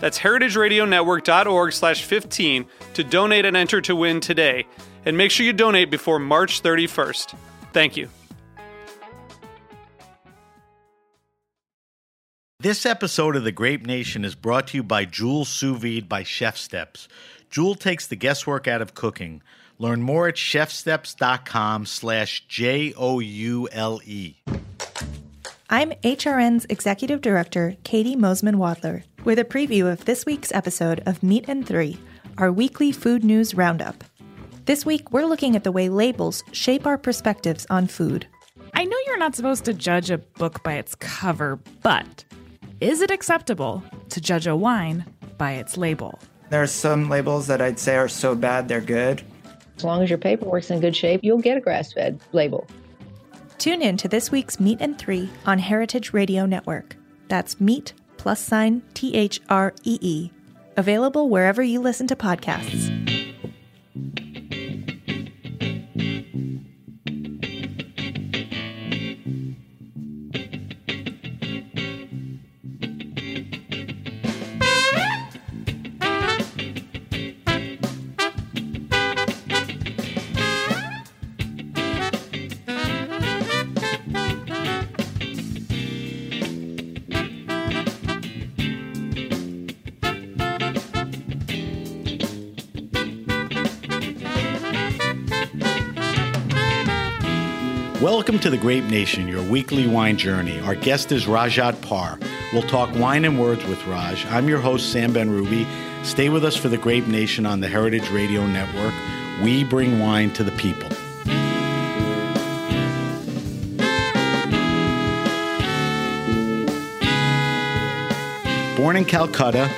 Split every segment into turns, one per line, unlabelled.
That's heritageradionetwork.org slash 15 to donate and enter to win today. And make sure you donate before March 31st. Thank you.
This episode of The Grape Nation is brought to you by Jewel Sous Vide by Chef Steps. Jewel takes the guesswork out of cooking. Learn more at chefsteps.com slash J-O-U-L-E.
I'm HRN's Executive Director, Katie Mosman Wadler, with a preview of this week's episode of Meat and Three, our weekly food news roundup. This week, we're looking at the way labels shape our perspectives on food.
I know you're not supposed to judge a book by its cover, but is it acceptable to judge a wine by its label?
There are some labels that I'd say are so bad they're good.
As long as your paperwork's in good shape, you'll get a grass fed label.
Tune in to this week's Meet and Three on Heritage Radio Network. That's Meet plus sign T H R E E. Available wherever you listen to podcasts.
Welcome to The Grape Nation, your weekly wine journey. Our guest is Rajat Parr. We'll talk wine and words with Raj. I'm your host, Sam Ben Ruby. Stay with us for The Grape Nation on the Heritage Radio Network. We bring wine to the people. Born in Calcutta,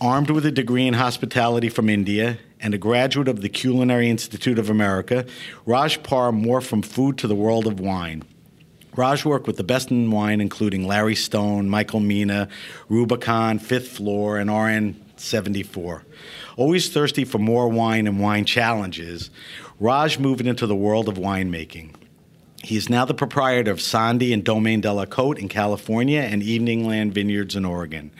armed with a degree in hospitality from India and a graduate of the Culinary Institute of America, Raj Parr more from food to the world of wine. Raj worked with the best in wine, including Larry Stone, Michael Mina, Rubicon, Fifth Floor, and RN 74. Always thirsty for more wine and wine challenges, Raj moved into the world of winemaking. He is now the proprietor of Sandi and Domaine de la Cote in California and Eveningland Vineyards in Oregon.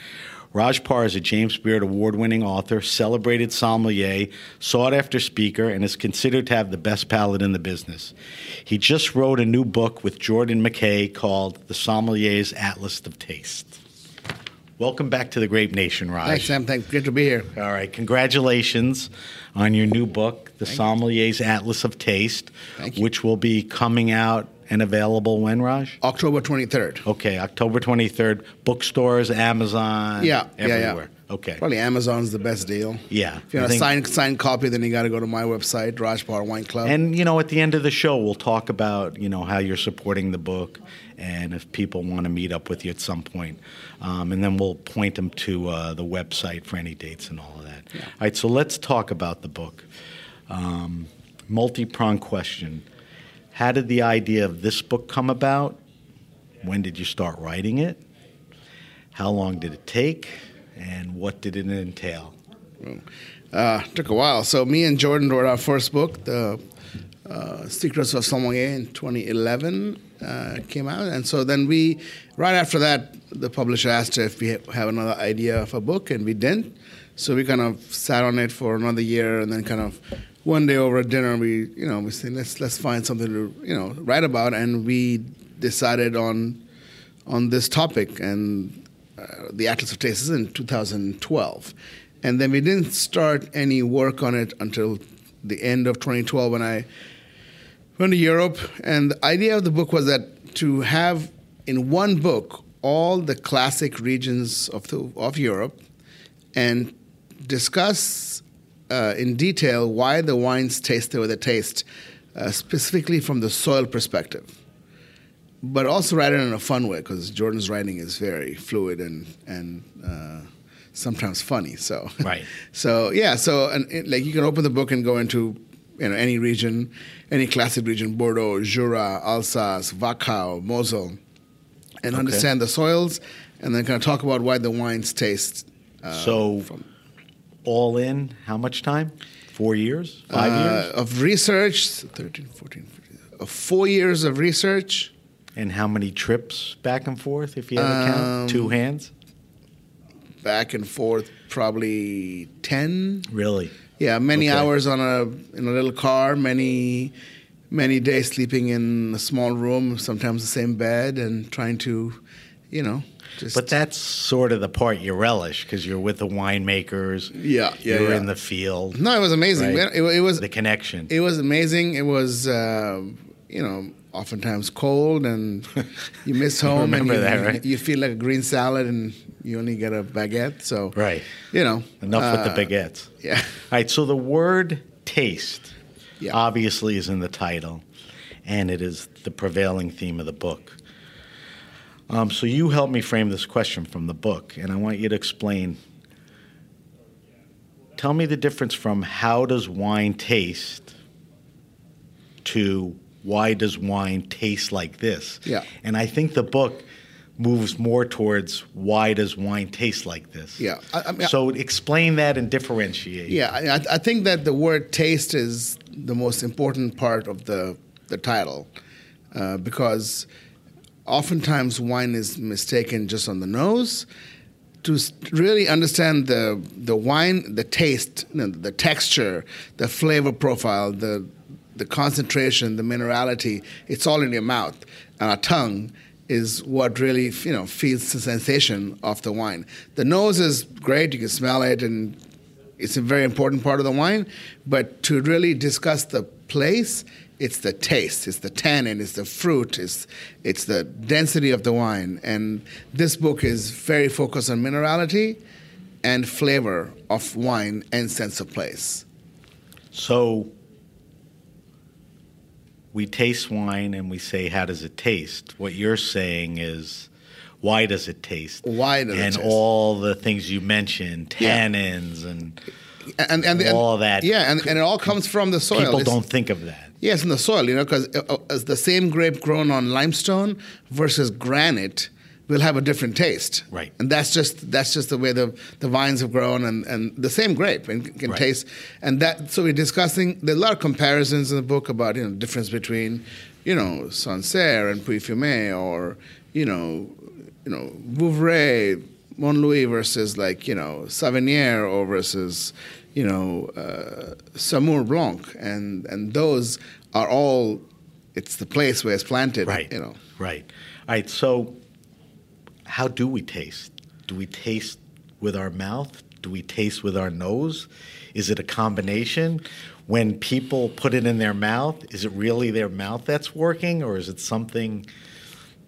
Raj Parr is a James Beard award winning author, celebrated sommelier, sought after speaker, and is considered to have the best palate in the business. He just wrote a new book with Jordan McKay called The Sommelier's Atlas of Taste. Welcome back to the Grape Nation, Raj.
Thanks, Sam. Thanks. Good to be here.
All right. Congratulations on your new book, The Sommelier's Atlas of Taste,
Thank you.
which will be coming out and available when, Raj?
October 23rd.
Okay, October 23rd, bookstores, Amazon,
Yeah, yeah, yeah.
Oh, everywhere. Okay.
Probably Amazon's the best deal.
Yeah,
If you
I
want a
think-
signed, signed copy, then you got to go to my website, Rajpar Wine Club.
And you know, at the end of the show, we'll talk about you know how you're supporting the book, and if people want to meet up with you at some point, um, and then we'll point them to uh, the website for any dates and all of that. All right, so let's talk about the book. Um, multi-pronged question: How did the idea of this book come about? When did you start writing it? How long did it take? And what did it entail?
uh, took a while. So me and Jordan wrote our first book, The uh, Secrets of Sommelier, in 2011. Uh, came out, and so then we, right after that, the publisher asked if we ha- have another idea of a book, and we didn't. So we kind of sat on it for another year, and then kind of one day over dinner, we you know we said let's let's find something to you know write about, and we decided on on this topic, and uh, the Atlas of Taste is in 2012. And then we didn't start any work on it until the end of 2012 when I went to Europe, and the idea of the book was that to have in one book all the classic regions of the, of Europe, and discuss uh, in detail why the wines taste the way they taste, uh, specifically from the soil perspective. But also write it in a fun way because Jordan's writing is very fluid and and uh, sometimes funny. So
Right.
so yeah, so and it, like you can open the book and go into you know any region, any classic region: Bordeaux, Jura, Alsace, Wachau, Mosel, and understand the soils, and then kind of talk about why the wines taste.
so, all in, how much time? Four years? Five
uh,
years?
of research 13 14 15, of uh, four years of research
And how many trips back and forth, if you had to
Um,
count? Two hands?
back and forth probably 10
Really?
yeah many
Okay.
hours on a in a little car many many days sleeping in a small room sometimes the same bed and trying to you know just
But that's sort of the part you relish because you're with the winemakers.
Yeah, yeah,
You're
yeah.
in the field.
no it was amazing
right?
it, it was
the connection.
It was amazing. It was, uh, you know, oftentimes cold, and you miss home, and
remember
you,
that, right?
you feel like a green salad, and you only get a baguette. So,
Right.
you know,
Enough
uh,
with the baguettes.
yeah.
All right. So the word taste
Yeah.
obviously is in the title, and it is the prevailing theme of the book. Um, so you helped me frame this question from the book, and I want you to explain. Tell me the difference from how does wine taste to why does wine taste like this?
Yeah.
And I think the book moves more towards why does wine taste like this?
Yeah. I- I mean,
so explain that and differentiate.
Yeah, I- I, I think that the word taste is the most important part of the the title, uh, because oftentimes wine is mistaken just on the nose. To s- really understand the the wine, the taste, you know, the texture, the flavor profile, the the concentration, the minerality, it's all in your mouth and our tongue is what really you know feels the sensation of the wine. The nose is great; you can smell it and it's a very important part of the wine, but to really discuss the place, it's the taste, it's the tannin, it's the fruit, it's, it's the density of the wine. And this book is very focused on minerality and flavor of wine and sense of place.
So we taste wine and we say, how does it taste? What you're saying is, why does it taste?
Why does it
and
taste?
all the things you mentioned,
Yeah.
tannins, and
And, and, and
All that.
Yeah, and, and it all comes from the soil.
people
It's-
don't think of that.
Yes, in the soil, you know, because it's the same grape grown on limestone versus granite will have a different taste.
Right.
And that's just that's just the way the, the vines have grown and, and the same grape and can
Right.
taste and that so we're discussing there's a lot of comparisons in the book about, you know, difference between, you know, Sancerre and Puy Fumé or, you know, you know, Vouvray, Montlouis versus like, you know, Savinier or versus, you know, uh, Samour Blanc, and and those are all. It's the place where it's planted,
Right.
You know,
Right. All right. So, how do we taste? Do we taste with our mouth? Do we taste with our nose? Is it a combination? When people put it in their mouth, is it really their mouth that's working, or is it something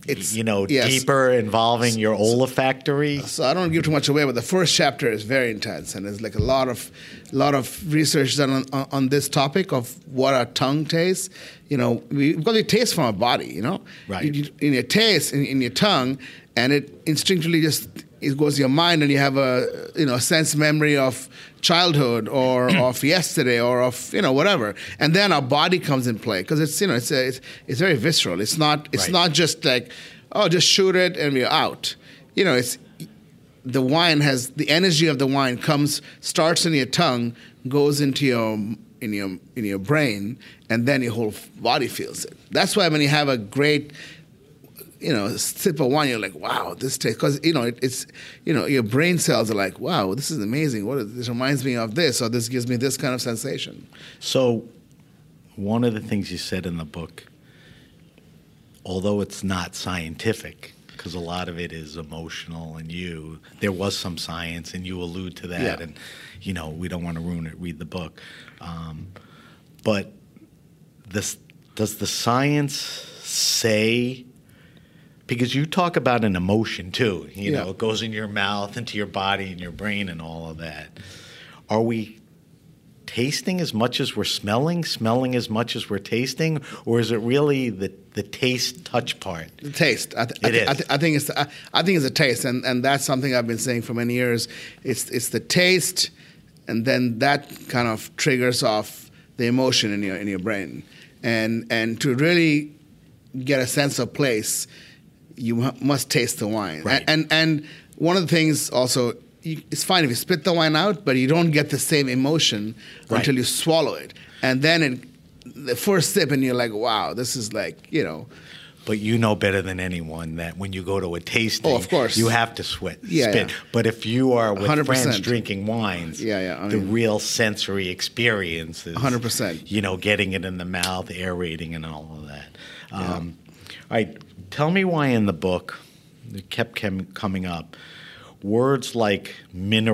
it's
you know
yes.
deeper involving your olfactory?
So I don't give too much away, but the first chapter is very intense, and there's like a lot of, lot of research done on, on, on this topic of what our tongue tastes. You know, we, because we taste from our body. You know,
Right.
You- you- in your taste, in, in your tongue, and it instinctively just it goes to your mind, and you have a you know sense memory of childhood or of yesterday or of you know whatever, and then our body comes in play because it's you know it's, a, it's it's very visceral. It's not it's
Right.
not just like oh just shoot it and we're out. You know, it's the wine has the energy of the wine comes starts in your tongue, goes into your in your in your brain, and then your whole body feels it. That's why when you have a great you know sip of wine, you're like, wow, this tastes because you know it, it's you know your brain cells are like, wow, this is amazing. What is, this reminds me of this, or this gives me this kind of sensation.
So, one of the things you said in the book, although it's not scientific, because a lot of it is emotional, and you, there was some science, and you allude to that,
Yeah.
and you know, we don't want to ruin it, read the book. Um, but this, Does the science say? Because you talk about an emotion too. You
Yeah.
know, it goes in your mouth, into your body, and your brain, and all of that. Are we tasting as much as we're smelling, smelling as much as we're tasting, or is it really the, the taste touch part?
The taste. I, th- I,
It
th- I,
is.
th- I think it's I, I think it's a taste, and, and that's something I've been saying for many years. It's it's the taste, and then that kind of triggers off the emotion in your in your brain, and and to really get a sense of place, you mu- must taste the wine.
Right.
And, and and one of the things also. You, it's fine if you spit the wine out, but you don't get the same emotion
Right.
until you swallow it, and then it, the first sip, and you're like, "Wow, this is like you know,
But you know better than anyone that when you go to a tasting,
Oh, of course.
you have to sweat,
Yeah,
spit.
yeah.
But if you are with
100%.
friends drinking wines,
Yeah, yeah, I
the
mean-
real sensory experience is
100%.
You know, getting it in the mouth, aerating, and all of that. Um, all right, tell me why in the book it kept chem- coming up. Words like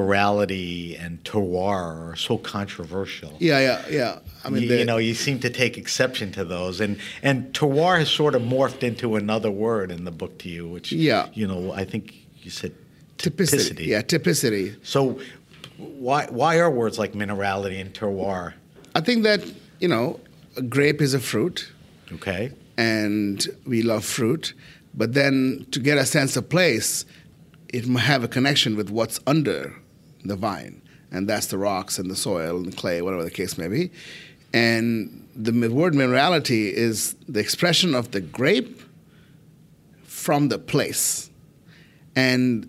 minerality and terroir are so controversial.
Yeah, yeah, yeah. I mean,
you,
the,
you know, you seem to take exception to those, and and terroir has sort of morphed into another word in the book to you, which
Yeah.
you know, I think you said
typicity.
typicity.
Yeah, typicity.
So, why why are words like minerality and terroir
I think that you know, a grape is a fruit,
okay?
and we love fruit, but then to get a sense of place, it might have a connection with what's under the vine, and that's the rocks and the soil and the clay, whatever the case may be. And the mi- word minerality is the expression of the grape from the place. and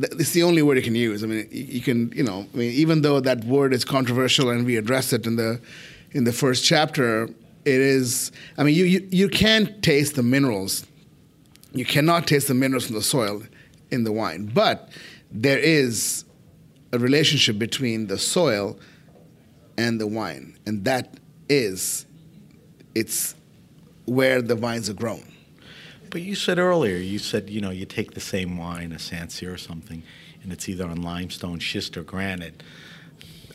th- it's the only word you can use. I mean, you, you can, you know, I mean, even though that word is controversial and we address it in the in the first chapter, it is. I mean, you you, you can taste the minerals. You cannot taste the minerals from the soil in the wine, but there is a relationship between the soil and the wine, and that is it's where the vines are grown.
But you said earlier, you said you know you take the same wine, a Sancerre or something, and it's either on limestone, schist, or granite.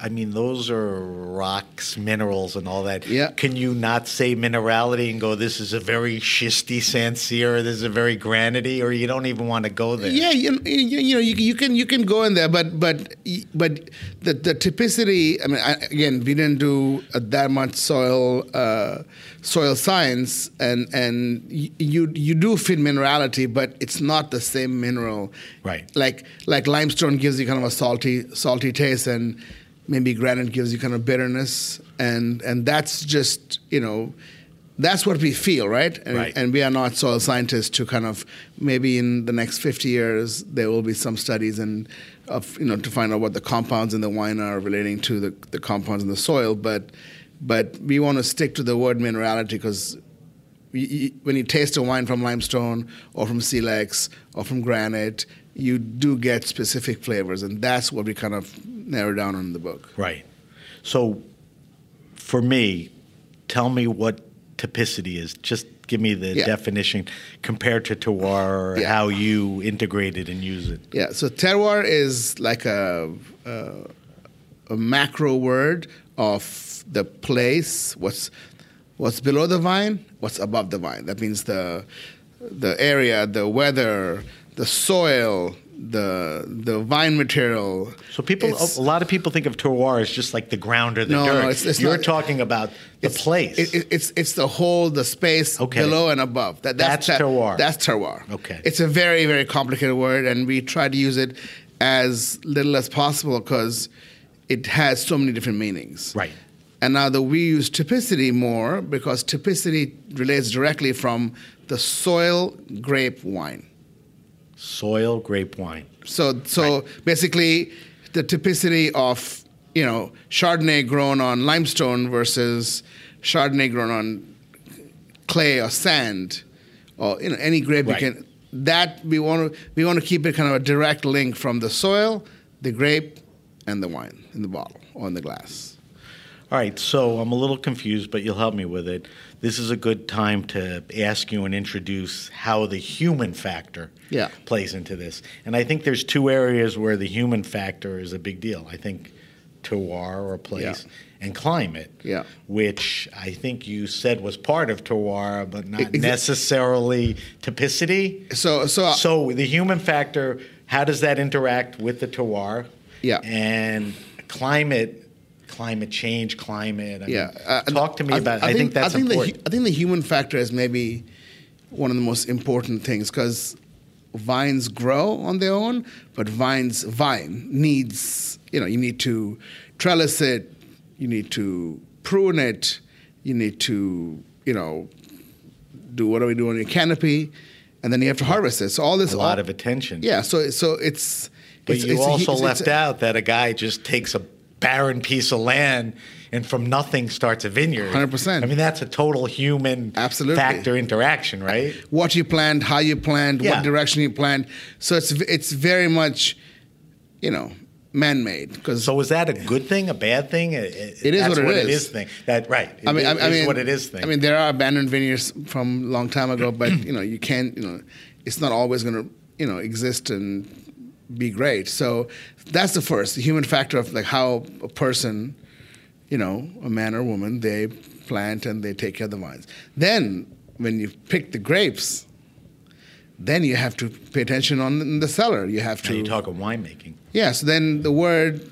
I mean, those are rocks, minerals, and all that.
Yeah.
Can you not say minerality and go, this is a very schisty Sancerre, this is a very granity, or you don't even want to go there?
Yeah, you, you, you know, you, you can you can go in there, but but but the the typicity. I mean, I, again, we didn't do uh, that much soil uh, soil science, and and y- you you do fit minerality, but it's not the same mineral.
Right.
Like like limestone gives you kind of a salty salty taste, and maybe granite gives you kind of bitterness, and and that's just you know. That's what we feel, right? And,
Right.
and we are not soil scientists to kind of maybe in the next 50 years there will be some studies and of you know to find out what the compounds in the wine are relating to the, the compounds in the soil but but we want to stick to the word minerality because when you taste a wine from limestone or from silex or from granite you do get specific flavors and that's what we kind of narrow down on in the book
Right. So, for me, tell me what typicity is. Just give me the
Yeah.
definition compared to terroir,
Yeah.
how you integrate it and use it.
Yeah, so terroir is like a, a, a macro word of the place, what's what's below the vine, what's above the vine. That means the the area, the weather, the soil, the the vine material.
So people,
It's-
a lot of people think of terroir as just like the ground or the
No, no,
dirt.
it's- it's
You're
not-
talking about the
it's-
place.
It, it- it's it's the whole the space
Okay.
below and above. That, that's
That's
ter-
terroir.
That's terroir.
Okay.
It's a very very complicated word, and we try to use it as little as possible because it has so many different meanings.
Right.
And now that we use typicity more because typicity relates directly from the soil grape wine.
Soil, grape wine.
So so basically, the typicity of you know Chardonnay grown on limestone versus Chardonnay grown on clay or sand, or you know any grape
Right.
you can. That we want to we want to keep it kind of a direct link from the soil, the grape, and the wine in the bottle or in the glass.
All right, so I'm a little confused, but you'll help me with it. This is a good time to ask you and introduce how the human factor
Yeah.
plays into this. And I think there's two areas where the human factor is a big deal. I think terroir or place and climate.
Yeah.
Which I think you said was part of terroir, but not
Exa-
necessarily typicity.
So so
So the human factor, how does that interact with the terroir?
Yeah.
And climate, climate change, climate. I mean,
yeah. uh,
talk to me about. I, think, that's
I think
important.
The, hu- I think the human factor is maybe one of the most important things because vines grow on their own, but vines vine needs you know you need to trellis it, you need to prune it, you need to you know do what do we do on your canopy, and then you have to harvest it. So all this
a lot
all-
of attention.
Yeah. So so it's.
But
it's-
you
it's a hu-
also
it's-
left
it's a-
out that a guy just takes a barren piece of land and from nothing starts a vineyard.
100%.
I mean, that's a total human
Absolutely.
factor interaction, right?
what you planned, how you planned,
Yeah.
what direction you planned. So it's it's very much, you know, man made because
So is that a good thing, a bad thing? It,
It is
that's
what it
it
is.
is thing. That right.
I mean,
It
I, I
is
mean,
what it is thing.
I mean, there are abandoned vineyards from a long time ago, but you know, you can't, you know, it's not always going to, you know, exist and be great. So that's the first, the human factor of like how a person, you know, a man or woman, they plant and they take care of the vines. Then when you pick the grapes, then you have to pay attention on the cellar. You have
now
to
you talk of winemaking.
yeah, so then the word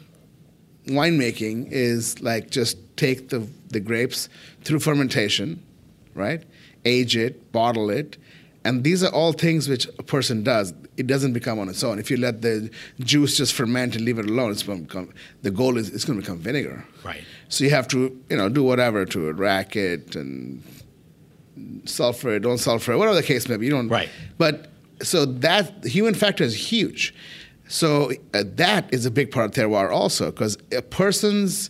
winemaking is like just take the, the grapes through fermentation, right? Age it, bottle it. And these are all things which a person does. It doesn't become on its own. If you let the juice just ferment and leave it alone, it's going to become, the goal is it's going to become vinegar.
Right.
So you have to, you know, do whatever to it, rack it and sulfur it, don't sulfur it, whatever the case may be. You don't.
Right.
But so that the human factor is huge. So uh, that is a big part of terroir also because a person's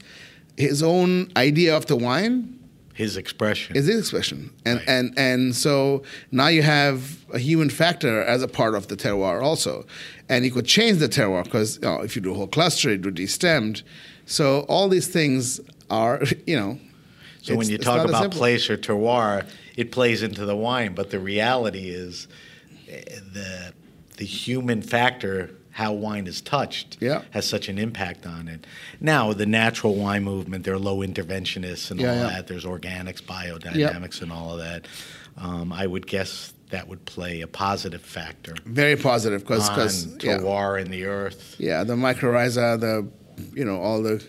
his own idea of the wine
His expression.
is his expression, and
Right.
and and so now you have a human factor as a part of the terroir also, and you could change the terroir because you know, if you do a whole cluster, it would be stemmed. So all these things are you know.
So when
it's-
you
it's
talk
not as
about
simple.
place or terroir, it plays into the wine, but the reality is eh, the the human factor, how wine is touched,
Yeah.
has such an impact on it. Now the natural wine movement, they're low interventionists and
Yeah,
all
yeah.
that. There's organics, biodynamics, and all of that. Um, I would guess that would play a positive factor
very positive because
on
yeah,
terroir and the earth.
yeah the mycorrhiza the you know all the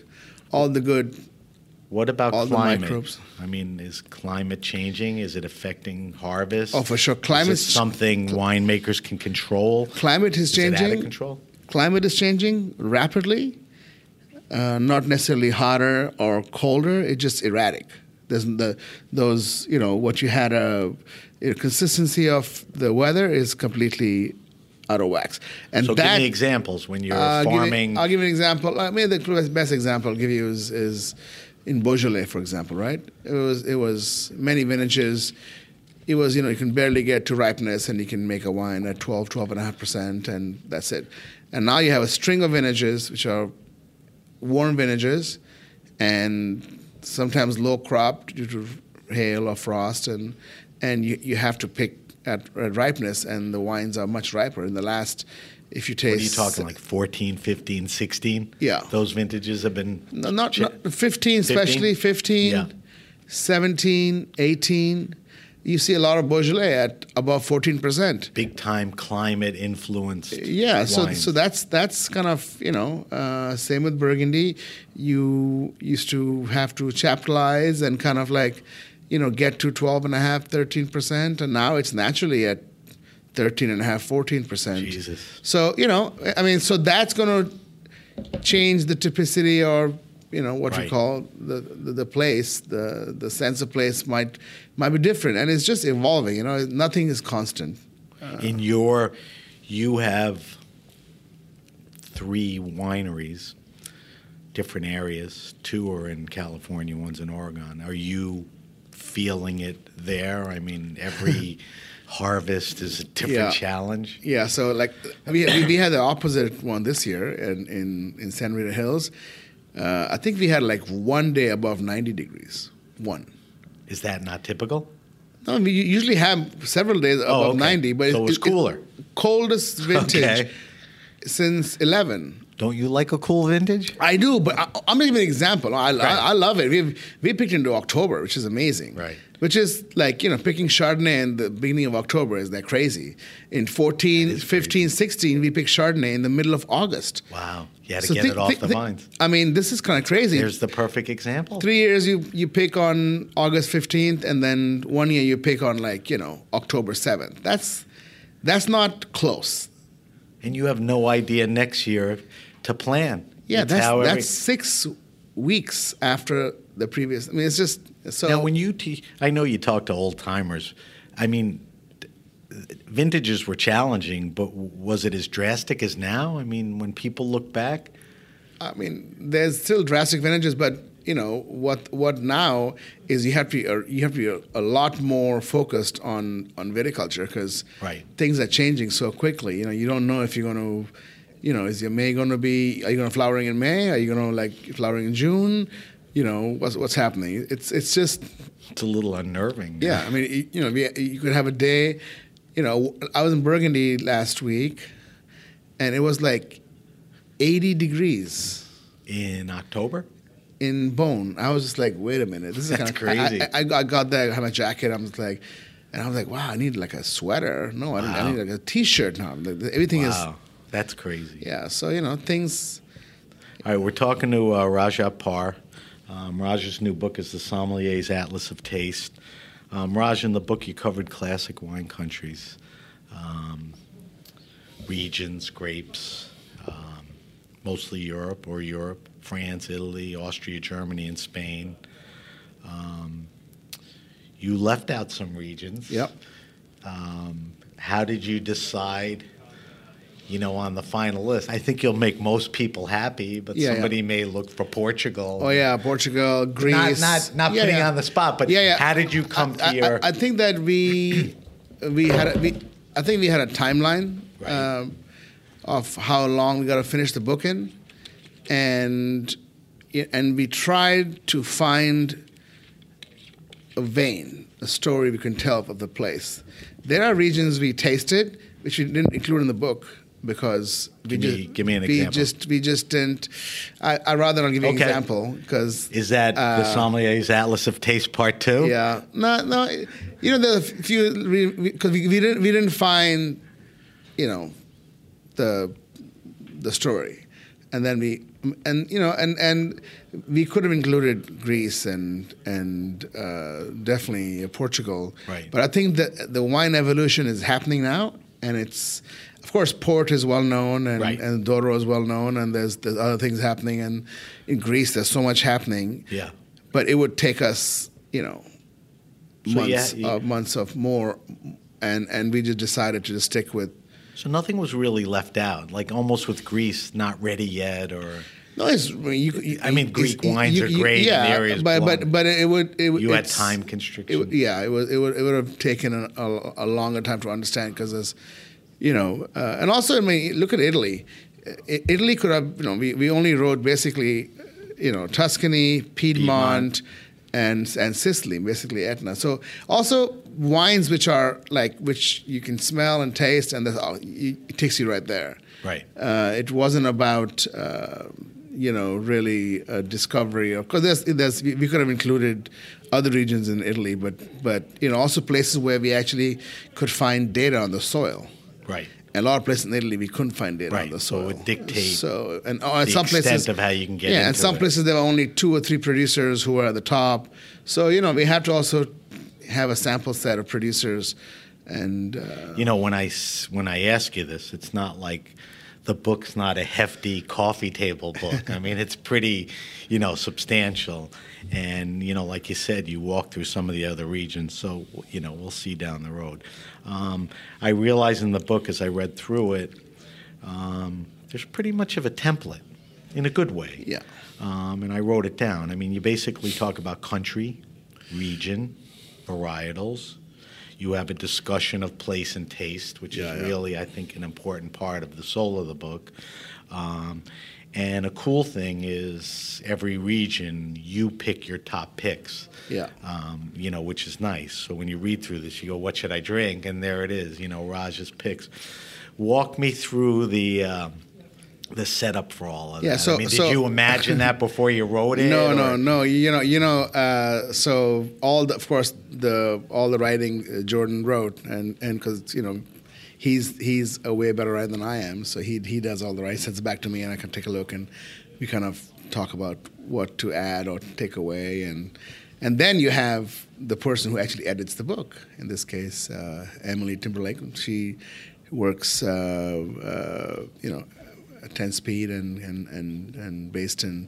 all the good
What about
All the
climate?
microbes.
I mean, is climate changing? Is it affecting harvest?
Oh, for sure.
Is it
Climate's-
something winemakers can control.
climate is
Is it out of
changing
control?
climate is changing rapidly uh, not necessarily hotter or colder it's just erratic there's the those you know what you had a, a consistency of the weather is completely out of whack and
So
that
give me examples when you're
Uh, give you-
farming.
I'll give you an example. I mean, the cl- best example I'll give you is, is in Beaujolais, for example, right? It was it was many vintages. It was, you know, you can barely get to ripeness and you can make a wine at 12, 12.5%, and that's it. And now you have a string of vintages, which are warm vintages and sometimes low cropped due to hail or frost and and you, you have to pick at, at ripeness and the wines are much riper in the last if you
what are you
taste
talking like 14, 15, 16?
Yeah.
Those vintages have been
no, not,
chi-
not 15 especially 15
Yeah.
17 18 you see a lot of beaujolais at above 14%
big time climate influenced.
yeah so
wines.
so that's that's kind of you know uh, same with burgundy you used to have to chaptalize and kind of like you know get to 12 and a half 13% and now it's naturally at 13 and a half 14%
Jesus.
so you know i mean so that's going to change the typicity or you know what you
Right.
call the, the the place the the sense of place might might be different and it's just evolving you know nothing is constant
in your you have three wineries different areas two are in california one's in oregon are you feeling it there i mean every harvest is a different
Yeah.
challenge
Yeah, so like we, we, we had the opposite one this year in, in, in San Rita Hills. Uh, I think we had like one day above 90 degrees. One.
is that not typical
No, we u- usually have several days above
Oh, okay.
90, but
So it was cooler.
coldest vintage
Okay.
since 11.
Don't you like a cool vintage?
I do, but I, I'm gonna give you an example. I, I, I love it. We we picked into October, which is amazing.
Right.
Which is like you know picking Chardonnay in the beginning of October is that crazy. In 14, 15, 16, we picked Chardonnay in the middle of August.
Wow. You had to
So
get
thi-
it off
thi-
the
thi-
vines.
I mean, this is kind of crazy.
There's the perfect example.
Three years you you pick on August 15th, and then one year you pick on like you know October 7th. That's that's not close.
And you have no idea next year to plan.
Yeah,
It's
that's
how every-
that's six weeks after the previous. I mean, it's just so.
now, when you teach, I know you talk to old timers. I mean, d- vintages were challenging, but w- was it as drastic as now? I mean, when people look back,
I mean, there's still drastic vintages, but you know what? What now is you have to be, uh, you have to be a, a lot more focused on on viticulture because
Right.
things are changing so quickly. You know, you don't know if you're going to, you know, is your May going to be? Are you going to flowering in May? Are you going to like flowering in June? You know, what's what's happening? It's it's just
it's a little unnerving.
yeah, I mean, you- you know, we- you could have a day. You know, I was in Burgundy last week, and it was like 80 degrees
In October?
in bone. I was just like, wait a minute, this is
That's
kind of crazy.
crazy.
I, I, I got there, I had my jacket. I'm just like, and I was like, wow, I need like a sweater. No, I, don't, I
Wow.
need like a t-shirt now. Like, Everything
Wow. That's crazy.
is, yeah. So you know, things.
All right, we're talking to uh, Raja Par. Um, Raja's new book is The Sommelier's Atlas of Taste. Um, Raja, in the book, you covered classic wine countries, um, regions, grapes, um, mostly Europe or Europe, France, Italy, Austria, Germany, and Spain. Um, you left out some regions.
Yep.
Um, How did you decide? You know, on the final list, I think you'll make most people happy, but
Yeah, yeah.
somebody may look for Portugal.
Oh yeah, Portugal,
Not
Greece.
not, not
Yeah,
putting
yeah.
on the spot, but
Yeah, yeah.
how did you come
I-
to your?
I, I think that we we had a, we, I think we had a timeline
Right.
um, of how long we got to finish the book in, and and we tried to find a vein, a story we can tell of the place. There are regions we tasted which we didn't include in the book because we
Give me-
just
give me an
we
example.
just we just didn't. I I rather not give you an
Okay.
example because
is that the sommelier's atlas of taste part two?
Uh, yeah. No, no. You know, there are a few because we, we didn't we didn't find, you know, the the story, and then we and you know and and we could have included Greece and and uh, definitely Portugal.
Right.
But I think that the wine evolution is happening now, and it's. Of course, port is well known, and,
Right.
and Douro is well known, and there's, there's other things happening. And in Greece, there's so much happening
Yeah.
but it would take us, you know,
So,
months,
yeah, you-
uh, months of more, and and we just decided to just stick with.
So nothing was really left out, like almost with Greece not ready yet, or
No, it's I mean, you, you-
I mean,
it's-
Greek wines are great and the area is
but
blown.
but but it would it would-
you had
it's-
time
It, would-
constriction.
yeah, it would it would it would have taken a, a, a longer time to understand because there's, you know, uh, and also I mean, look at Italy. I- Italy could have you know we, we only wrote basically, you know, Tuscany, Piedmont, and and Sicily, basically Etna. So also wines which are like which you can smell and taste, and that's all, it it takes you right there.
Right.
Uh, it wasn't about. Uh, you know, really a discovery of because there's, there's we we could have included other regions in Italy, but but you know also places where we actually could find data on the soil.
Right.
A lot of places in Italy we couldn't find data on
Right,
the
so
soil.
it would dictate
so and oh, and
the
some places
extent of how you can get
yeah, and
into
some
it.
places there were only two or three producers who were at the top. So you know we had to also have a sample set of producers, and uh,
You know, when I s- when I ask you this, it's not like the book's not a hefty coffee table book. I mean, it's pretty, you know, substantial. And you know, like you said, you walk through some of the other regions, so you know we'll see down the road. Um, I realized in the book as I read through it, um, there's pretty much of a template, in a good way.
Yeah.
Um, and I wrote it down. I mean, you basically talk about country, region, varietals. You have a discussion of place and taste, which is really, I think, an important part of the soul of the book. Um, and a cool thing is every region you pick your top picks.
Yeah.
Um, you know, which is nice. So when you read through this, you go, "What should I drink?" And there it is. You know, Raj's picks. Walk me through the. Um, the setup for all of
Yeah,
that.
so-
I mean, did
so-
you imagine that before you wrote it?
No, no,
or-
no. You know, you know. Uh, so all the, of course, the all the writing uh, Jordan wrote, and and because you know, he's he's a way better writer than I am. So he he does all the writing, sends it back to me, and I can take a look, and we kind of talk about what to add or take away, and and then you have the person who actually edits the book. In this case, uh, Emily Timberlake. She works, uh, uh, you know at 10 speed and, and, and, and based in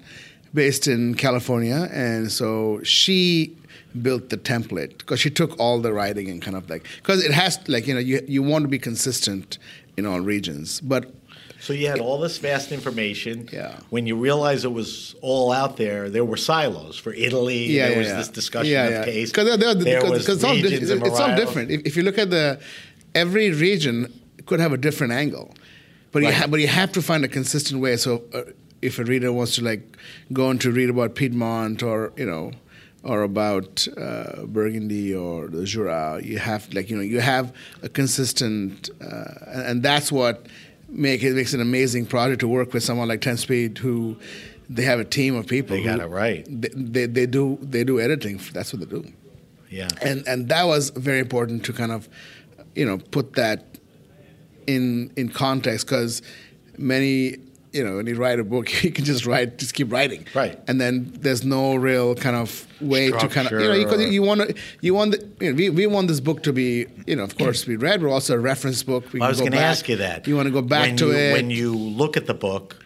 based in California and so she built the template because she took all the writing and kind of like because it has like you know you, you want to be consistent in all regions but
So you had all this vast information.
Yeah.
When you realized it was all out there, there were silos for Italy.
yeah,
there
yeah,
was
yeah.
this discussion
yeah,
of
yeah.
taste.
Cause they're- they're-
There
because-
was
because it's all di-
regions of
it's all
variety.
different if, if you look at the every region could have a different angle but you
Right.
ha- but you have to find a consistent way so uh, if a reader wants to like go on to read about piedmont or you know or about uh, burgundy or the jura you have like you know you have a consistent uh, and- and that's what make it makes it an amazing project to work with someone like 10 speed who they have a team of people
They
who-
got it right.
they, they, they do they do editing that's what they do
Yeah.
and and that was very important to kind of you know put that in in context because many you know when you write a book you can just write just keep writing
Right.
and then there's no real kind of way to kind of you know you, 'cause
Structure.
you want to you want the, you know, we, we want this book to be you know of course be read but also a reference book we
Well, I was
can
going
go
to
back.
ask you that.
you want to go back
When
to
you-
it
When you look at the book,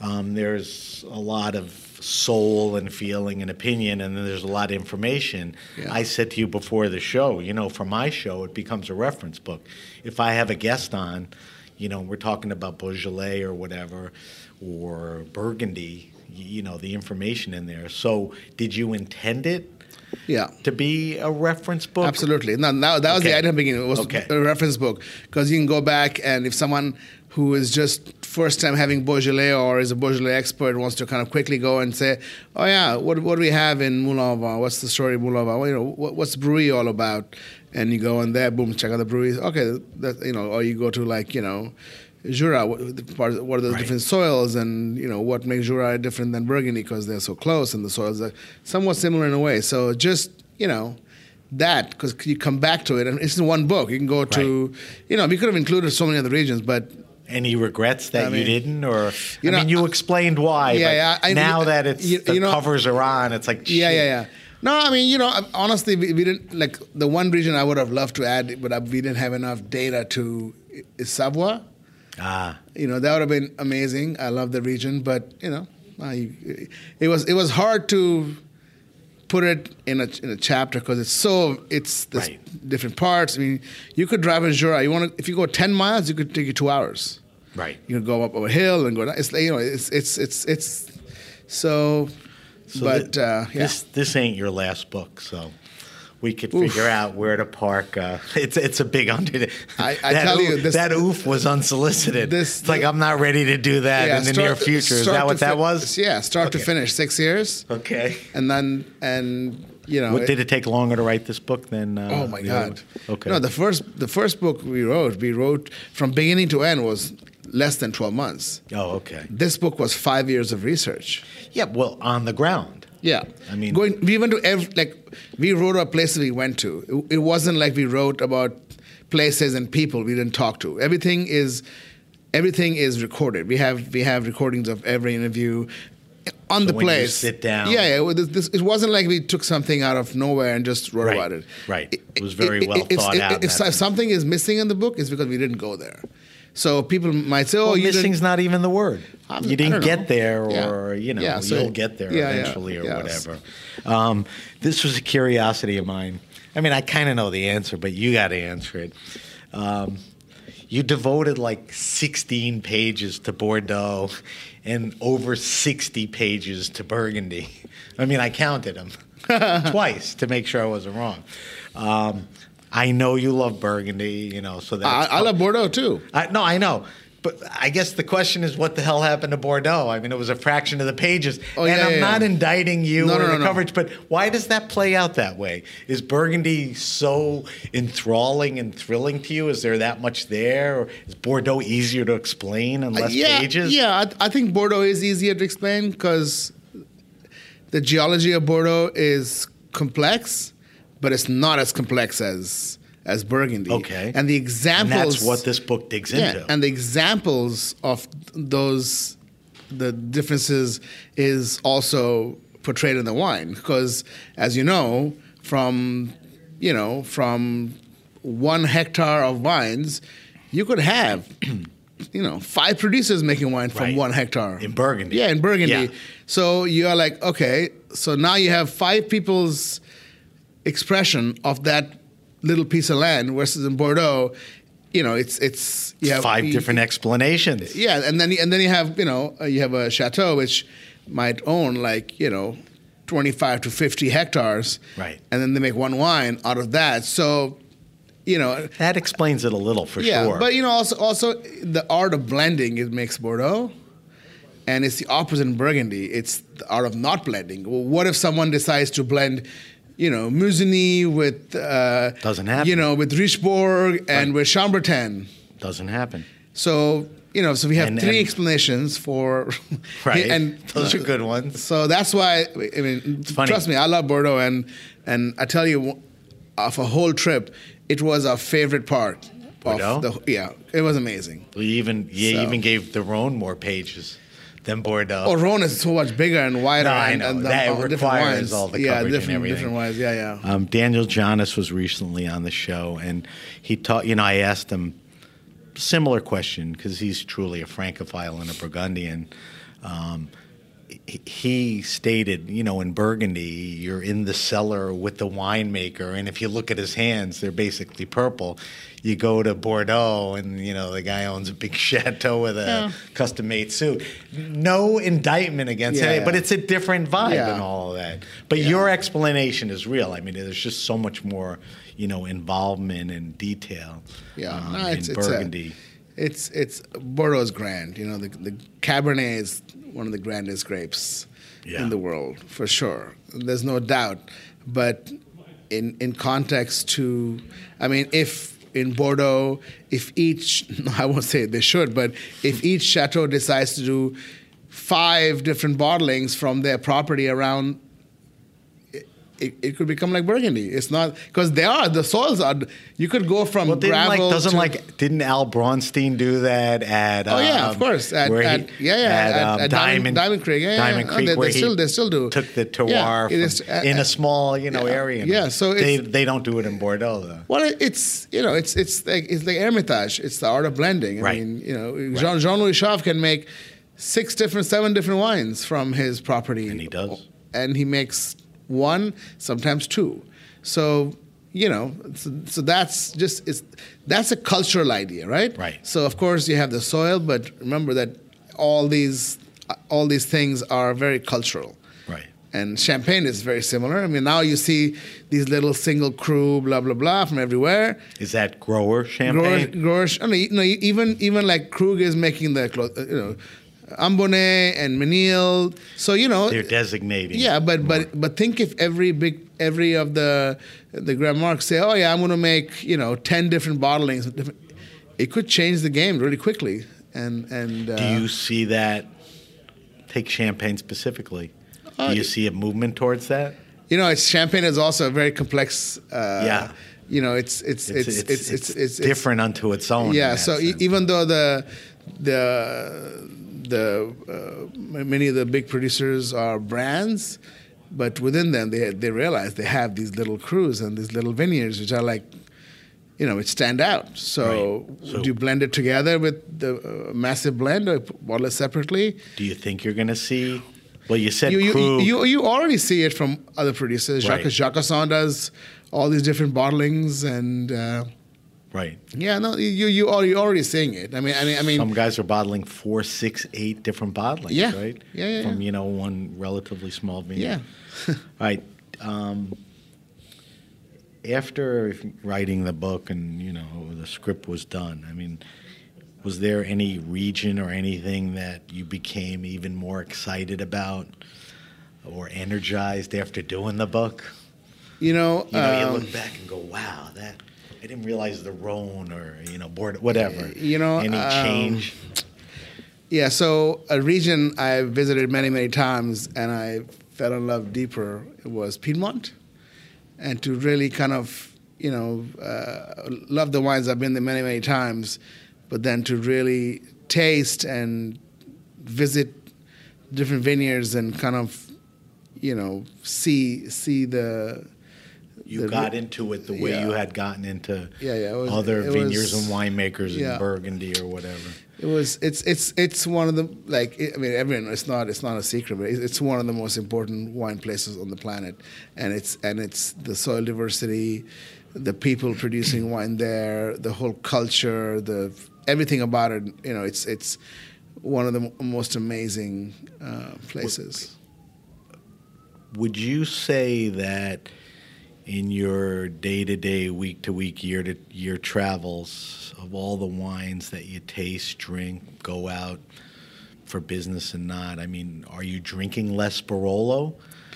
um, there's a lot of soul and feeling and opinion, and then there's a lot of information.
Yeah.
I said to you before the show, you know, for my show, it becomes a reference book. If I have a guest on, you know, we're talking about Beaujolais or whatever, or Burgundy, y- you know, the information in there. So, did you intend it
yeah
to be a reference book?
Absolutely. No, no, that was the
Okay.
idea in the beginning. It was
Okay.
a reference book because you can go back and if someone who is just first time having Beaujolais or is a Beaujolais expert wants to kind of quickly go and say, oh yeah, what, what do we have in Moulin Vent? What's the story of Moulin Vent? Well, you know, what, what's brewery all about? And you go in there, boom, check out the breweries. Okay, that, you know, or you go to like, you know, Jura, what, the parts- what are the
Right.
different soils and you know what makes Jura different than Burgundy because they're so close and the soils are somewhat similar in a way. So just you know that because you come back to it and it's in one book. You can go to you know we could have included so many other regions, but
Any regrets that
I
you
mean,
didn't, or
you know,
I mean, you explained why.
Yeah,
but
yeah, I-
now
you-
that it's
you-
the
you know-
covers are on, it's like
yeah,
shit.
yeah, yeah. No, I mean you know I- honestly we, we didn't like the one region I would have loved to add, but I, we didn't have enough data to is Savoie.
Ah,
you know that would have been amazing i love the region but you know I, it was it was hard to put it in a, in a chapter because it's so it's there's
Right.
different parts i mean you could drive in jura you want to if you go 10 miles you could take you two hours
right.
you could go up a hill and go down it's like, you know it's it's it's it's so,
So
but
thi-
uh yeah.
this this ain't your last book, so we could figure out where to park. Uh, it's it's a big undertaking.
I- I
that
tell you,
oof-
this-
that oof was unsolicited.
This-
it's like I'm not ready to do that
yeah,
in the
start
near
to-
future. Is
start
that
to
what that
fin-
was?
yeah start to
Okay.
finish six years
Okay.
and then and you know
What
it-
did it take longer to write this book than? Uh,
oh my
the other
god!
one? Okay.
No, the first the first book we wrote, we wrote from beginning to end was less than twelve months.
oh okay.
This book was five years of research.
Yeah, well, on the ground.
Yeah,
I mean-
going we went to every like we wrote about places we went to. It, it wasn't like we wrote about places and people we didn't talk to. Everything is everything is recorded. We have we have recordings of every interview on the
when you
place.
sit down-
Yeah, yeah. well, This, this, it wasn't like we took something out of nowhere and just wrote
Right,
about it.
right. It was very well
it's-
thought out in
If,
that
if
sense.
something is missing in the book, it's because we didn't go there. So people might say, "Oh,
Oh,
you didn't-
missing's not even the word.
I'm-
you
I
didn't
don't know.
get there,
Yeah.
or you know,
Yeah, so-
you'll get there
yeah, yeah,
eventually, or
yes.
whatever. Um, this was a curiosity of mine. I mean, I kind of know the answer, but you got to answer it. Um, you devoted like 16 pages to Bordeaux and over 60 pages to Burgundy. I mean, I counted them twice to make sure I wasn't wrong. Um, I know you love Burgundy, you know, so that's
I, I love Bordeaux too.
I, no, I know. But I guess the question is, what the hell happened to Bordeaux? I mean, it was a fraction of the pages.
Oh,
and
yeah,
I'm
yeah,
not
yeah.
indicting you
No,
or
no,
the
no, no.
coverage, but why does that play out that way? Is Burgundy so enthralling and thrilling to you? Is there that much there? Or is Bordeaux easier to explain and less
Uh, yeah,
pages?
Yeah, I, I think Bordeaux is easier to explain because the geology of Bordeaux is complex, but it's not as complex as as Burgundy.
Okay.
and the
And
examples
that's what this book digs into.
and the examples of those the differences is also portrayed in the wine because, as you know, from you know from one hectare of vines, you could have you know five producers making wine from
Right.
one hectare
In Burgundy.
Yeah, in Burgundy.
Yeah.
So you are like, okay, so now you have five people's expression of that little piece of land versus in Bordeaux, you know, it's it's you have
Five
you-
different explanations.
yeah, and then and then you have you know uh, you have a chateau which might own like you know twenty five to fifty hectares,
Right.
And then they make one wine out of that, so you know.
That explains it a little for
Yeah,
sure.
but you know, also also the art of blending it makes Bordeaux, and it's the opposite in Burgundy. It's the art of not blending. Well, what if someone decides to blend, you know, Musigny with uh,
Doesn't happen.
You know, with Richebourg and
Right.
with Chambertin.
doesn't happen.
So you know, so we have
And-
three
and-
explanations for
Right.
and
Those are good ones.
So that's why I mean,
funny.
trust me, I love Bordeaux, and and I tell you, of a whole trip, it was our favorite part.
Bordeaux?
Of the, yeah, it was amazing.
We even you
So-
even gave the Rhone more pages than Bordeaux.
Oh, Rhone is so much bigger and wider.
No, I
and,
know.
and the-
That
all the different
requires
wines.
all the
yeah,
coverage and
different,
everything.
different wines. Yeah, yeah.
Um, Daniel Jonas was recently on the show, and he taught. You know, I asked him similar question because he's truly a francophile and a Burgundian. Um, he- he stated, you know, in Burgundy, you're in the cellar with the winemaker, and if you look at his hands, they're basically purple. You go to Bordeaux, and you know the guy owns a big chateau with a custom-made suit. No indictment against
Yeah,
it,
yeah.
but it's a different vibe
Yeah.
and all all of that. But your explanation is real. I mean, there's just so much more, you know, involvement and detail
Yeah,
um,
no, it's,
in
it's a-
Burgundy.
it's it's Bordeaux is grand. You know, the, the Cabernet is one of the grandest grapes
Yeah.
in the world for sure. There's no doubt. But in in context to, I mean, if in Bordeaux, if each I won't say they should, but if each chateau decides to do five different bottlings from their property around it, it could become like Burgundy. It's not because they are the soils are. You could go from
well, didn't like
gravel
doesn't
to,
like didn't Al Bronstein do that at?
Oh yeah, of
um,
course. At,
where he-
at, yeah, yeah.
at,
at,
um,
at
Diamond,
Diamond Creek. Yeah, yeah,
Diamond
yeah.
Creek.
They,
where
they
he
still, they still do.
Took the terroir
Yeah, it is-
from-
uh,
in
uh,
a small, you know,
yeah,
area.
yeah, so
they
it's-
they don't do it in Bordeaux though.
Well, it- it's you know, it's it's like it's like Hermitage. It's the art of blending. I
Right.
mean, you know, Jean Jean Louis Chauve can make six different, seven different wines from his property,
And he does.
And he makes one, sometimes two. So you know, so, so that's just it's that's a cultural idea, right?
Right.
So of course you have the soil, but remember that all these all these things are very cultural.
Right.
And champagne is very similar. I mean, now you see these little single crew, blah blah blah, from everywhere.
Is that grower
Grower,
champagne?
grower, I mean, no, even even like Krug is making the clo- uh, you know, Ambonnet and Menil. So you know,
They're designating.
yeah, but but but think if every big every of the the grand marks say, oh yeah, I'm going to make you know ten different bottlings, of different- it could change the game really quickly. And and uh,
Do you see that? Take champagne specifically.
Uh,
Do you see a movement towards that?
you know, it's champagne is also a very complex. Uh,
Yeah.
You know, it's it's it's it's it's, it's,
different unto its own. in
yeah.
that
So e-
sense.
even though the the the uh, many of the big producers are brands, but within them they they realize they have these little crews and these little vineyards which are like. You know, which stand out. So,
Right. So-
do you blend it together with the uh, massive blend, or bottle it separately?
do you think you're going to see? Well, you said
e- you, you,
Krug.
you, you already see it from other producers.
Right.
Jacques, Jacques Assange does all these different bottlings, and uh,
right.
yeah, no, you you are you already seeing it. I mean, I mean, I mean,
Some guys are bottling four, six, eight different bottlings,
Yeah.
right?
Yeah, yeah,
From
yeah.
you know one relatively small vineyard.
Yeah.
All right. Um, after writing the book and you know the script was done, I mean, Was there any region or anything that you became even more excited about or energized after doing the book?
You know,
You know,
um,
you look back and go, "Wow, that I didn't realize the Rhone or you know, board whatever."
You know,
any
um,
change?
Yeah, so a region I visited many, many times and I fell in love deeper was Piedmont. And to really kind of, you know, uh, love the wines, I've been there many, many times, but then to really taste and visit different vineyards and kind of, you know, see see the
You
the-
got into it the way
yeah.
you had gotten into
Yeah, yeah, it was-
other
it
vineyards
was-
and winemakers
yeah.
in Burgundy or whatever.
It was. It's. It's. It's one of the like. I mean, everyone. It's not. It's not a secret, but it's it's one of the most important wine places on the planet, and it's and it's the soil diversity, the people producing wine there, the whole culture, the everything about it. You know, it's it's one of the mo- most amazing uh, places.
Would you say that in your day to day, week to week, year to year travels, of all the wines that you taste, drink, go out for business and not, I mean, are you drinking less Barolo?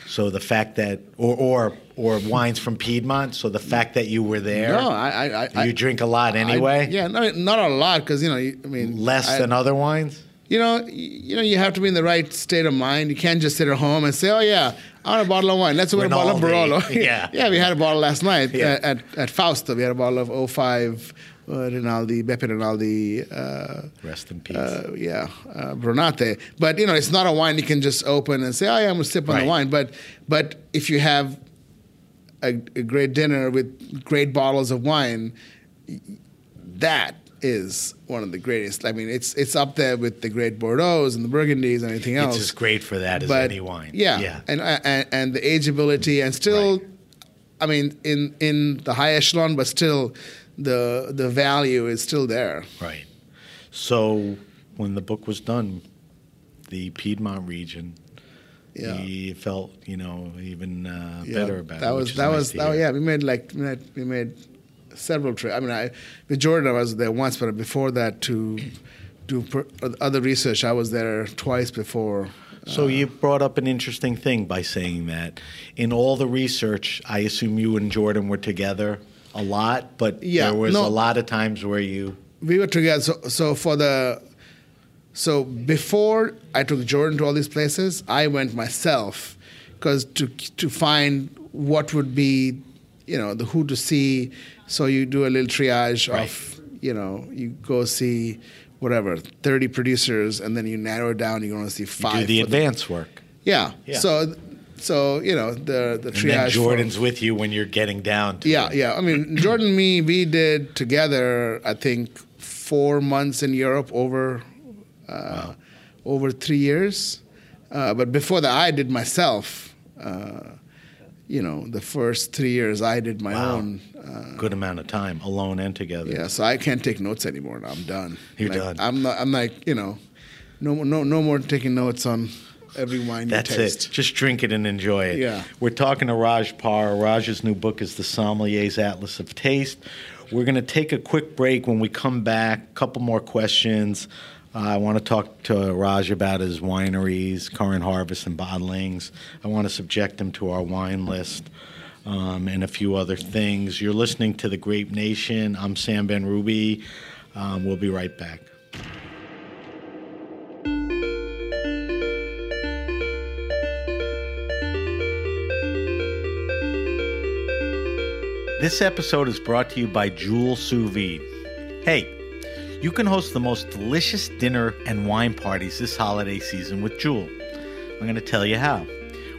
So the fact that, or, or or wines from Piedmont, so the fact that you were there,
No, I- I- I- I-
you drink a lot
I-
anyway,
yeah, no, not a lot because you know. you- I mean,
less
I-
than other wines.
you know, y- you know, you have to be in the right state of mind. You can't just sit at home and say, "Oh yeah, I want a bottle of wine. Let's open a bottle of
Rinaldi.
Barolo."
Yeah.
yeah, we had a bottle last night
Yeah.
uh, at at Fausto. We had a bottle of 05 uh, Rinaldi, Beppe Rinaldi. Uh,
Rest in peace.
uh, yeah, uh, Brunate. But you know, it's not a wine you can just open and say, "Oh yeah, I'm gonna sip on
Right.
the wine." But but if you have a, a great dinner with great bottles of wine, that is one of the greatest. I mean, it's it's up there with the great Bordeaux's and the Burgundies and anything else.
it's as great for that as any wine.
Yeah,
yeah.
And, and and the ageability and still,
Right.
I mean, in in the high echelon, but still, the the value is still there.
Right. So when the book was done, the Piedmont region,
Yeah.
he felt you know even uh,
Yeah,
better about
that
it.
was
which is
that
nice
was
to
that,
hear.
yeah. We made like we made, we made several trips. I mean, I with Jordan I was there once, but before that to do per, other research, I was there twice before.
So you brought up an interesting thing by saying that. In all the research, I assume you and Jordan were together a lot, but
Yeah,
there was
no.
a lot of times where you
we were together. So, so for the so before I took Jordan to all these places, I went myself because to to find what would be, you know, the who to see. So you do a little triage of, you know, you go see whatever thirty producers, and then you narrow it down. You want to see
do
five.
the
for the-
advance work.
yeah.
Yeah.
So so you know the the
And
triage.
then
for-
Jordan's with you when you're getting down to
yeah,
it.
yeah. I mean, Jordan and me, we did together, I think, four months in Europe over uh, over three years. Uh, but before that, I did myself. Uh, you know, the first three years, I did my
Wow.
own. Uh,
Good amount of time alone and together.
Yeah, so I can't take notes anymore. now. I'm done.
You're
Like,
done.
I'm not. I'm like, you know, no, more- no, no more taking notes on every wine
That's
you taste.
it. Just drink it and enjoy it.
Yeah.
We're talking to Raj Parr. Raj's new book is The Sommelier's Atlas of Taste. We're going to take a quick break when we come back. A couple more questions. Uh, I want to talk to Raj about his wineries, current harvests, and bottlings. I want to subject him to our wine list um, and a few other things. You're listening to The Grape Nation. I'm Sam Ben Ruby. Um, we'll be right back. This episode is brought to you by Jewel Sous Vide. Hey, you can host the most delicious dinner and wine parties this holiday season with Jewel. I'm going to tell you how.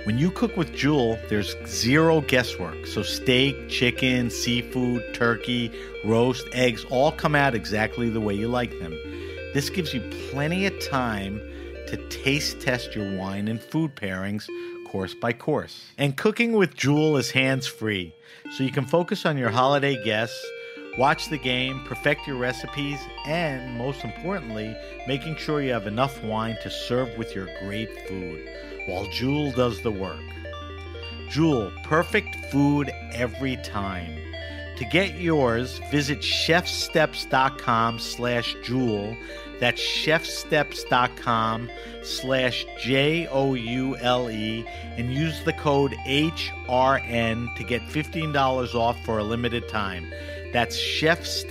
When you cook with Jewel, there's zero guesswork. So steak, chicken, seafood, turkey, roast, eggs all come out exactly the way you like them. This gives you plenty of time to taste test your wine and food pairings course by course. And cooking with Jewel is hands free, so you can focus on your holiday guests, watch the game, perfect your recipes, and most importantly, making sure you have enough wine to serve with your great food while Jewel does the work. Jewel, perfect food every time. To get yours, visit chefsteps.com slash jewel. That's chefsteps.com slash J O U L E and use the code HRN to get $15 off for a limited time. That's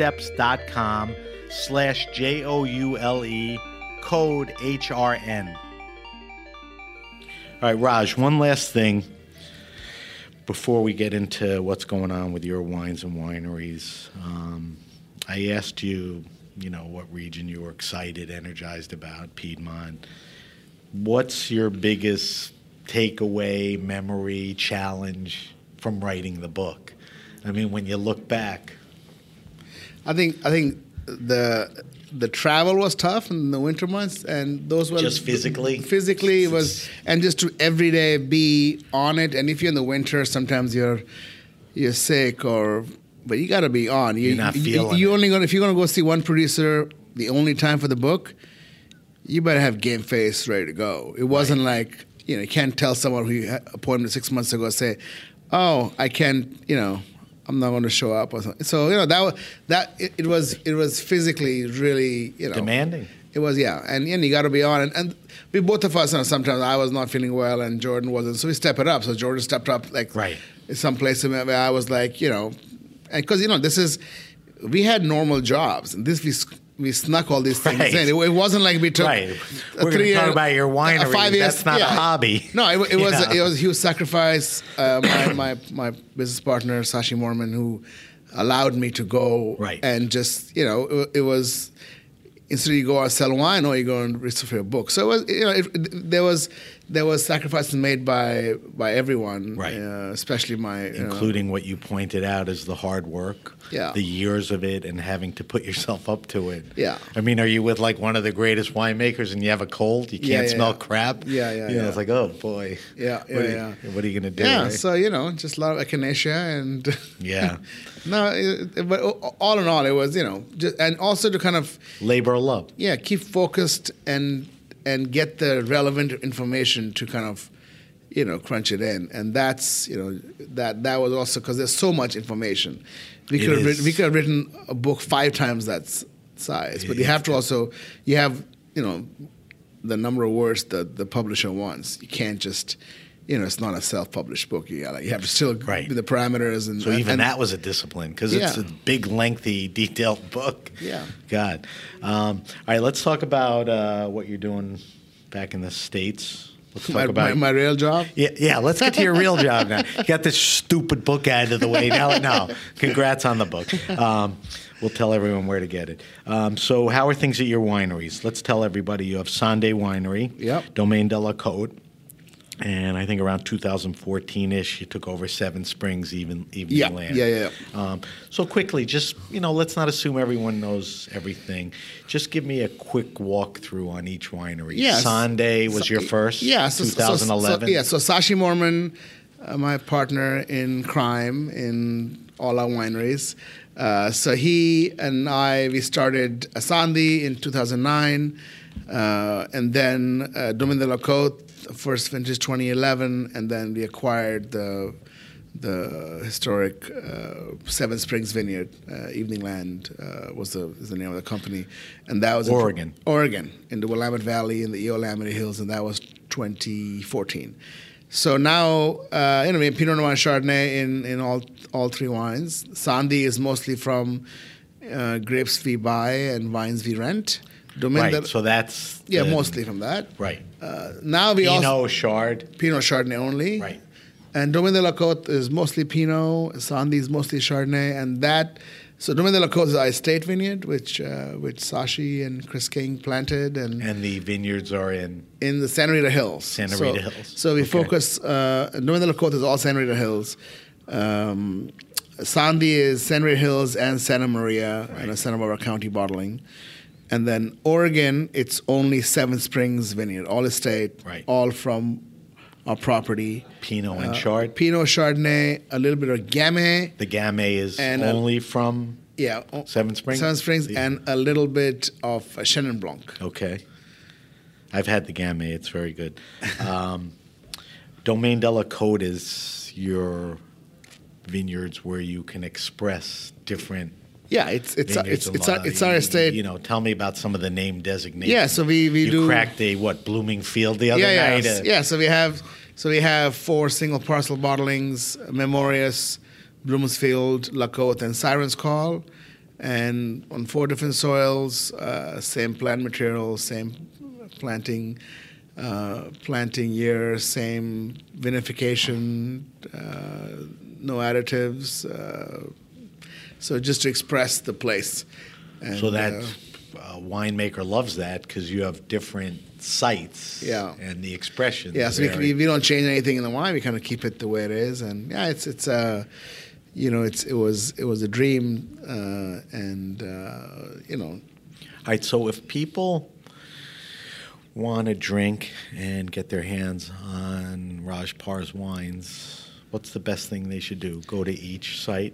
chefsteps.com slash J O U L E code HRN. All right, Raj, one last thing before we get into what's going on with your wines and wineries, um, I asked you, you know, what region you were excited, energized about, Piedmont. What's your biggest takeaway, memory, challenge from writing the book? I mean, when you look back,
I think I think the the travel was tough in the winter months, and those were
Just physically?
Physically it was, and just to every day be on it. And if you're in the winter, sometimes you're you're sick or, but you got to be on. You,
You're not feeling
You
it.
only gonna if you're gonna go see one producer, the only time for the book, you better have game face ready to go. It wasn't like you know you can't tell someone who you had appointment six months ago say, oh I can't you know I'm not going to show up or something. So you know that wa- that it, it was it was physically really you know
Demanding.
It was yeah, and, and you got to be on and, and we both of us. You know, sometimes I was not feeling well and Jordan wasn't, so we step it up. So Jordan stepped up like
Right.
some place where I was like, you know, because you know this is we had normal jobs and this we s- we snuck all these things
Right.
in. It, it wasn't like we took
Right.
a
We're gonna
three-year-
talk about your
a
wineries.
five-year-
That's not a hobby.
No, it, it
You
was
know?
it was a huge sacrifice. Uh, my, my my business partner Sashi Mormon who allowed me to go
Right.
and just you know it, it was instead you go out sell wine or you go and research your book. So it was you know it, it- there was there was sacrifices made by by everyone,
Right.
Uh, especially my you know,
including what you pointed out as the hard work,
Yeah.
the years of it, and having to put yourself up to it.
Yeah.
I mean, are you with like one of the greatest winemakers and you have a cold? You can't
Yeah, yeah,
smell
yeah.
crap.
Yeah, yeah,
You know,
yeah.
it's like, oh boy.
Yeah,
What are
yeah,
you-
yeah.
What are you gonna do?
yeah.
right?
So you know just a lot of echinacea and
yeah.
no, it, it- but all in all it was you know just, and also to kind of
Labor of love.
yeah keep focused and and get the relevant information to kind of you know crunch it in and that's you know that that was also because there's so much information we
It
could
is.
have written, we could have written a book five times that s- size but you have to also you have you know the number of words that the publisher wants you can't just you know it's not a self-published book you gotta you have to still
Right.
the parameters and
So even
and-
that was a discipline because it's
Yeah.
a big, lengthy, detailed book.
Yeah.
God. Um, all right, let's talk about uh, what you're doing back in the states. Let's talk
my,
about
my, my real job
Yeah, yeah. Let's get to your real job now. You got this stupid book out of the way now. No, congrats on the book. Um, we'll tell everyone where to get it. Um, so, how are things at your wineries? Let's tell everybody. You have Sunday Winery,
Yep.
Domaine de la Côte, and I think around 2014-ish, you took over Seven Springs, even even
Yeah,
land.
yeah, yeah,
Um, so quickly, just you know, let's not assume everyone knows everything. Just give me a quick walkthrough on each winery.
Yes.
Sunday was
So-
your first.
Yeah, so- so- so-
2011.
so- yeah, so Sashi Mormon, uh, my partner in crime in all our wineries. Uh, so he and I, we started Asandi in 2009, uh, and then uh, Domaine de la Côte, first vintage 2011, and then we acquired the the historic uh, Seven Springs Vineyard, uh, Evening Land uh, was the is the name of the company, and that was in-
Oregon.
Oregon, in the Willamette Valley, in the Eolamity Hills, and that was 2014. So now, uh, you know, we have Pinot Noir and Chardonnay in, in all all three wines. Sandy is mostly from uh, grapes we buy and wines we rent. Domaine
Right.
that-
so that's
yeah,
the-
mostly from that.
right.
Uh, now we
Pinot
also
Chard.
Pinot Chardonnay only.
Right.
And Domaine de la Côte is mostly Pinot, Sandy is mostly Chardonnay, and that. So Domaine de la Côte is our estate vineyard, which uh, which Sashi and Chris King planted, and
and the vineyards are in.
in the Santa Rita Hills.
Santa
so,
Rita Hills.
So we
Okay.
focus. Uh, Northern La Côte is all Santa Rita Hills. Um, Sandy is Santa Rita Hills and Santa Maria and a Santa Barbara County bottling. And then Oregon, it's only Seven Springs Vineyard, all estate,
Right.
all from our property. Uh,
Pinot and Chard.
Pinot Chardonnay, a little bit of Gamay.
the Gamay is
And, uh,
only from.
Yeah. o-
Seven Springs?
Seven Springs,
Yeah.
and a little bit of uh, Chenin Blanc.
Okay. I've had the Gamay. It's very good. Um, Domaine de la Côte is your vineyards where you can express different.
Yeah, it's it's uh,
vineyards
it's
a
it's
lot.
our, it's our estate.
You know, tell me about some of the name designations.
Yeah, so we- we
you
do-
cracked a what Bloomingfield the other
yeah,
night.
yeah,
uh,
s- yeah. So we have so we have four single parcel bottlings: Memorias, Bloomsfield, Lacote, and Sirens Call, and on four different soils, uh, same plant material, same planting, uh, planting year, same vinification, uh, no additives. Uh, so just to express the place. And,
So that
uh,
uh, winemaker loves that because you have different sites.
Yeah.
And the expression.
Yeah, so we, we, we don't change anything in the wine. We kind of keep it the way it is, and yeah, it's it's uh, you know, it's it was it was a dream, uh, and uh, you know,
All right. So if people want to drink and get their hands on Raj Par's wines, what's the best thing they should do? Go to each site.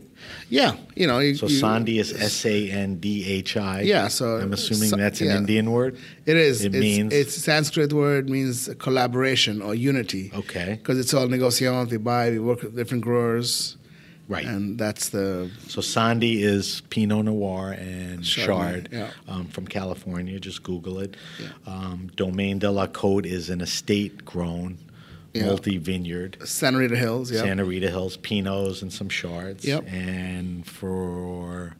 yeah, you know, you,
So
you-
Sandhi is S A N D H I.
Yeah, so-
I'm assuming
so-
that's an
yeah.
Indian word.
It is.
It
it's,
means
it's a Sanskrit word means collaboration or unity.
Okay.
because it's all negociation. We buy, we work with different growers,
Right.
And that's the
So Sandy is Pinot Noir and Chard
Chardonnay, yeah.
um, from California. Just Google it.
Yeah.
Um, Domaine de la Côte is an estate-grown
Yeah.
multi-vineyard.
Santa Rita Hills. Yeah,
Santa Rita Hills Pinots and some Shards.
Yep.
And for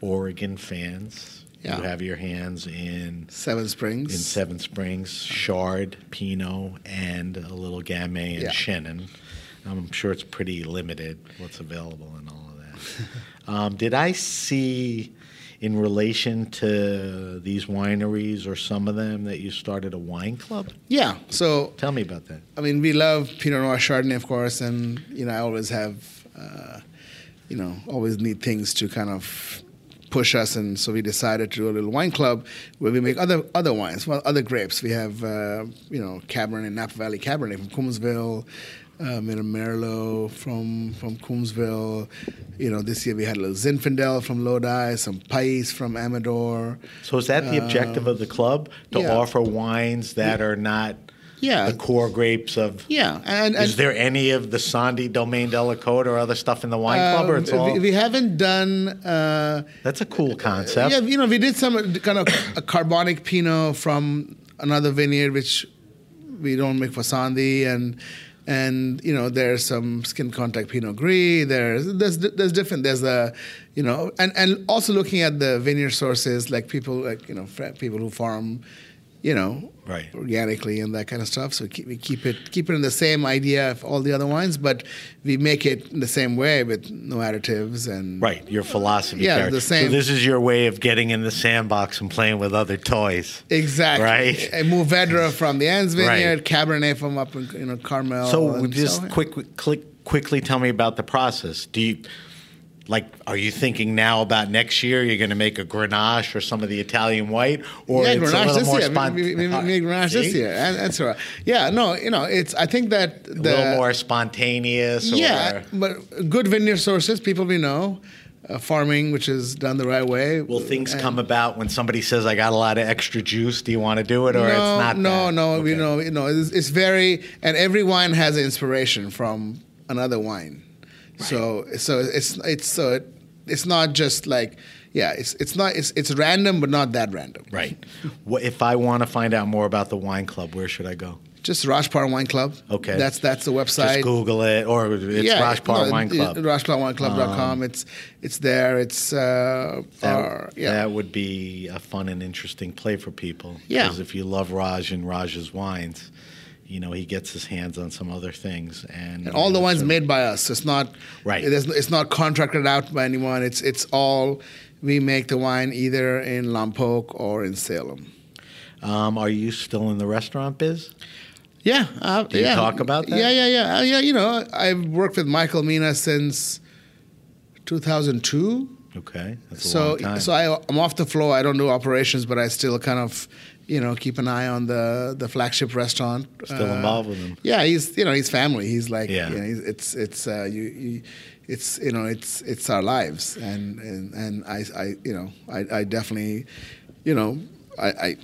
Oregon fans,
Yeah.
you have your hands in
Seven Springs.
in Seven Springs, Shard, Pinot, and a little Gamay and
Yeah.
Shannon. I'm sure it's pretty limited what's available and all of that. um, did I see in relation to these wineries or some of them that you started a wine club?
Yeah, so
Tell me about that.
I mean, we love Pinot Noir Chardonnay, of course, and you know, I always have, uh, you know, always need things to kind of push us, and so we decided to do a little wine club where we make other other wines, well, other grapes. We have, uh, you know, Cabernet, Napa Valley Cabernet from Coombsville. Uh, made a Merlot from from Coombsville. You know, this year we had a little Zinfandel from Lodi, some Pais from Amador.
So is that the objective of the club to
Um, yeah.
offer wines that are not
Yeah.
the core grapes of?
Yeah, and, and
Is there any of the Sandi Domaine de la Côte or other stuff in the wine club? Or it's
Um,
all,
we, we haven't done. Uh,
that's a cool concept.
Yeah, you know, we did some uh, kind of a carbonic pinot from another vineyard, which we don't make for Sandy, and and you know, there's some skin contact pinot gris. There's there's there's different. There's a you know, and and also looking at the vineyard sources, like people like you know, fr- people who farm. You know,
Right.
organically and that kind of stuff. So keep, we keep it keep it in the same idea of all the other wines, but we make it in the same way with no additives and
Right, your philosophy.
Yeah,
character.
the same-
So this is your way of getting in the sandbox and playing with other toys.
Exactly.
Right.
A Mourvedre from the Anne's
Right.
Vineyard, Cabernet from up in you know Carmel.
So
and
just
so-
quick, click, quickly tell me about the process. Do you like? Are you thinking now about next year? You're going to make a Grenache or some of the Italian white, or
yeah,
it's a
Grenache
little
this
more
year. We-
spont-
we, we, we made Grenache
See?
this year. And, that's right. Yeah, no, you know, it's. I think that the
A little more spontaneous.
yeah,
Or,
but good vineyard sources, people we know, uh, farming which is done the right way.
will things
And-
come about when somebody says, "I got a lot of extra juice. Do you want to do it?" Or
no,
it's not.
No,
that?
no, you
Okay.
know, you know, it's, it's very, and every wine has inspiration from another wine. So, so it's it's so it, it's not just like, yeah, it's it's not it's it's random, but not that random.
Right. What, if I want to find out more about the wine club, where should I go?
Just Rajpar Wine Club.
Okay.
That's that's the website.
Just Google it, or it's
yeah,
Rajpar
no,
Wine
it-
Club. Um,
Rajparwineclub.com. it's it's there. It's uh,
that,
our- yeah.
that would be a fun and interesting play for people.
Yeah.
Because if you love Raj and Raj's wines, you know he gets his hands on some other things, and,
And all the wines
so-
made by us. It's not
Right.
It is, it's not contracted out by anyone. It's it's all we make the wine either in Lampoc or in Salem.
Um, are you still in the restaurant biz?
Yeah, uh,
Do you
yeah.
talk about that?
Yeah, yeah, yeah, uh, yeah. You know, I've worked with Michael Mina since 2002.
Okay, that's a
so
long time.
so I, I'm off the floor. I don't do operations, but I still kind of, you know, keep an eye on the the flagship restaurant.
Still involved with him.
Yeah, he's you know he's family. He's like
Yeah.
yeah, you know, he's, it's it's uh, you, you, it's you know it's it's our lives, and and and I I you know I I definitely, you know I. I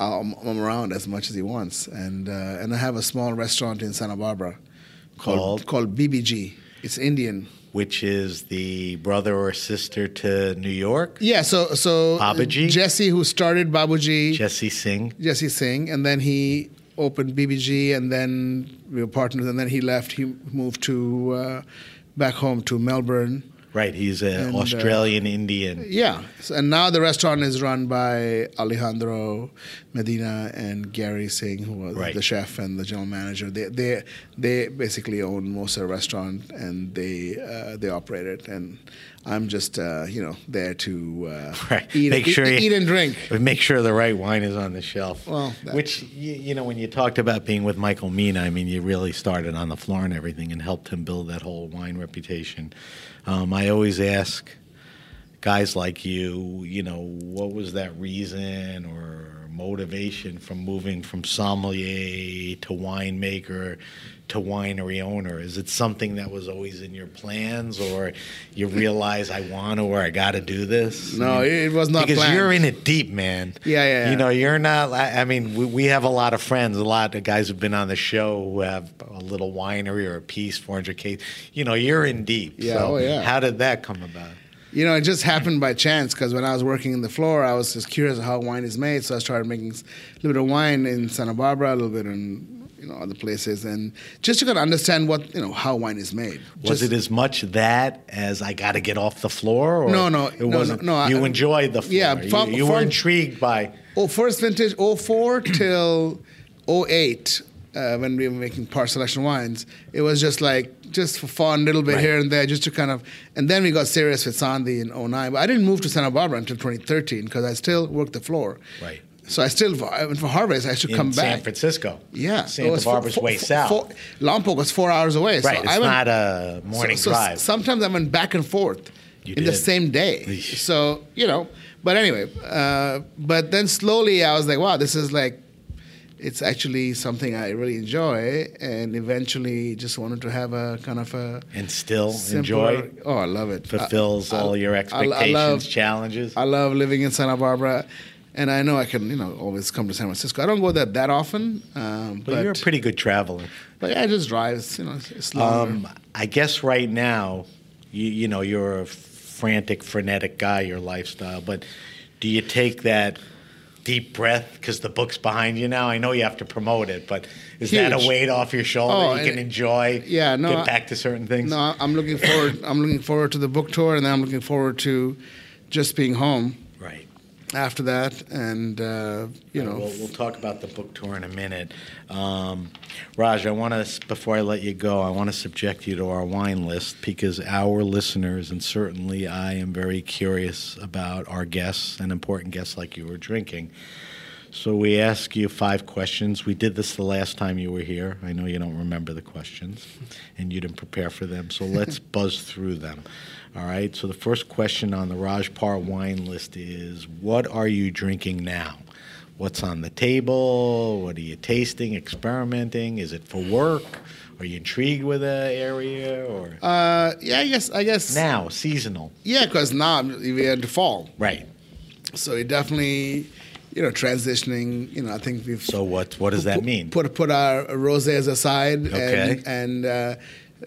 I'm, I'm around as much as he wants, and uh, and I have a small restaurant in Santa Barbara
Called?
called BBG. It's Indian.
which is the brother or sister to New York.
Yeah, so so
Babaji?
Jesse, who started Babuji,
Jesse Singh.
Jesse Singh, and then he opened BBG, and then we were partners, and then he left. He moved to uh, back home to Melbourne.
Right, he's an
And, uh,
Australian Indian.
Yeah, so, and now the restaurant is run by Alejandro Medina and Gary Singh, who are
Right.
the chef and the general manager. They they they basically own most of the restaurant, and they uh, they operate it. And I'm just uh, you know there to uh,
Right.
eat,
make sure
eat,
you,
eat and drink.
But make sure the right wine is on the shelf.
Well, that-
which you, you know, when you talked about being with Michael Mina, I mean, you really started on the floor and everything, and helped him build that whole wine reputation. Um, I always ask guys like you, you know, what was that reason or motivation from moving from sommelier to winemaker to winery owner? Is it something that was always in your plans, or you realize I want to or I got to do this?
No,
I mean,
it it was not
because
planned.
you're in it deep, man.
Yeah, yeah, yeah.
You know, you're not. I I mean, we, we have a lot of friends, a lot of guys who've been on the show who have a little winery or a piece, 400k. You know, you're in deep.
Yeah,
So
oh, yeah.
How did that come about?
You know, it just happened by chance because when I was working in the floor, I was just curious how wine is made. So I started making s- a little bit of wine in Santa Barbara, a little bit in you know other places, and just to kind of understand what you know how wine is made.
Was
Just-
it as much that as I got to get off the floor? Or
No, no,
it
no, no,
wasn't.
no, I-
you enjoyed the floor.
Yeah,
You-
from-
you, were
from-
intrigued by.
Oh, first vintage 04 till 08 uh, when we were making part selection wines. It was just like just for fun, a little bit
Right.
here and there, just to kind of. And then we got serious with Sandy in 09. But I didn't move to Santa Barbara until 2013 because I still worked the floor.
Right.
So I still I went for harvest. I should
In
come
San
back.
Francisco.
Yeah,
Santa
was
Barbara's
four-
way
four-
south.
Four, Lompoc was four hours away.
right, it's
I went-
not a morning
so- so
drive.
s- sometimes I went back and forth
You
in the
did.
same day.
Eesh.
So you know, but anyway, uh, but then slowly I was like, wow, this is like, it's actually something I really enjoy, and eventually just wanted to have a kind of a
and still
simpler-
enjoy.
Oh, I love it.
fulfills
I- I-
all your
uh, I- I
expectations,
love-
challenges.
I love living in Santa Barbara. And I know I can, you know, always come to San Francisco. I don't go there that often, um,
but,
but,
you're a pretty good traveler.
but yeah, I just drive. It's, you know, it's- it's longer.
Um, I guess right now, you, you know, you're a frantic, frenetic guy, your lifestyle, but do you take that deep breath because the book's behind you now? I know you have to promote it, but is that a
Huge.
weight off your shoulder
Oh,
you can
and-
enjoy?
yeah, no,
Get
I-
back to certain things?
No, I- I'm looking forward. I'm looking forward to the book tour, and then I'm looking forward to just being home
Right.
after that. And uh, you know,
We'll, we'll talk about the book tour in a minute. Um, Raj, I want to, before I let you go, I want to subject you to our wine list because our listeners, and certainly I am very curious about our guests and important guests like you are drinking. So we ask you five questions. We did this the last time you were here. I know you don't remember the questions and you didn't prepare for them. So let's buzz through them. All right. So the first question on the Rajpar wine list is what are you drinking now? What's on the table? What are you tasting, experimenting? Is it for work? Are you intrigued with an area or
uh, yeah, I guess, I guess,
now seasonal?
yeah, because now I'm- we had to fall,
Right.
so it definitely, you know, transitioning. You know, I think we've
So what what does that
put-
mean?
Put put our rosés aside
Okay.
and and uh,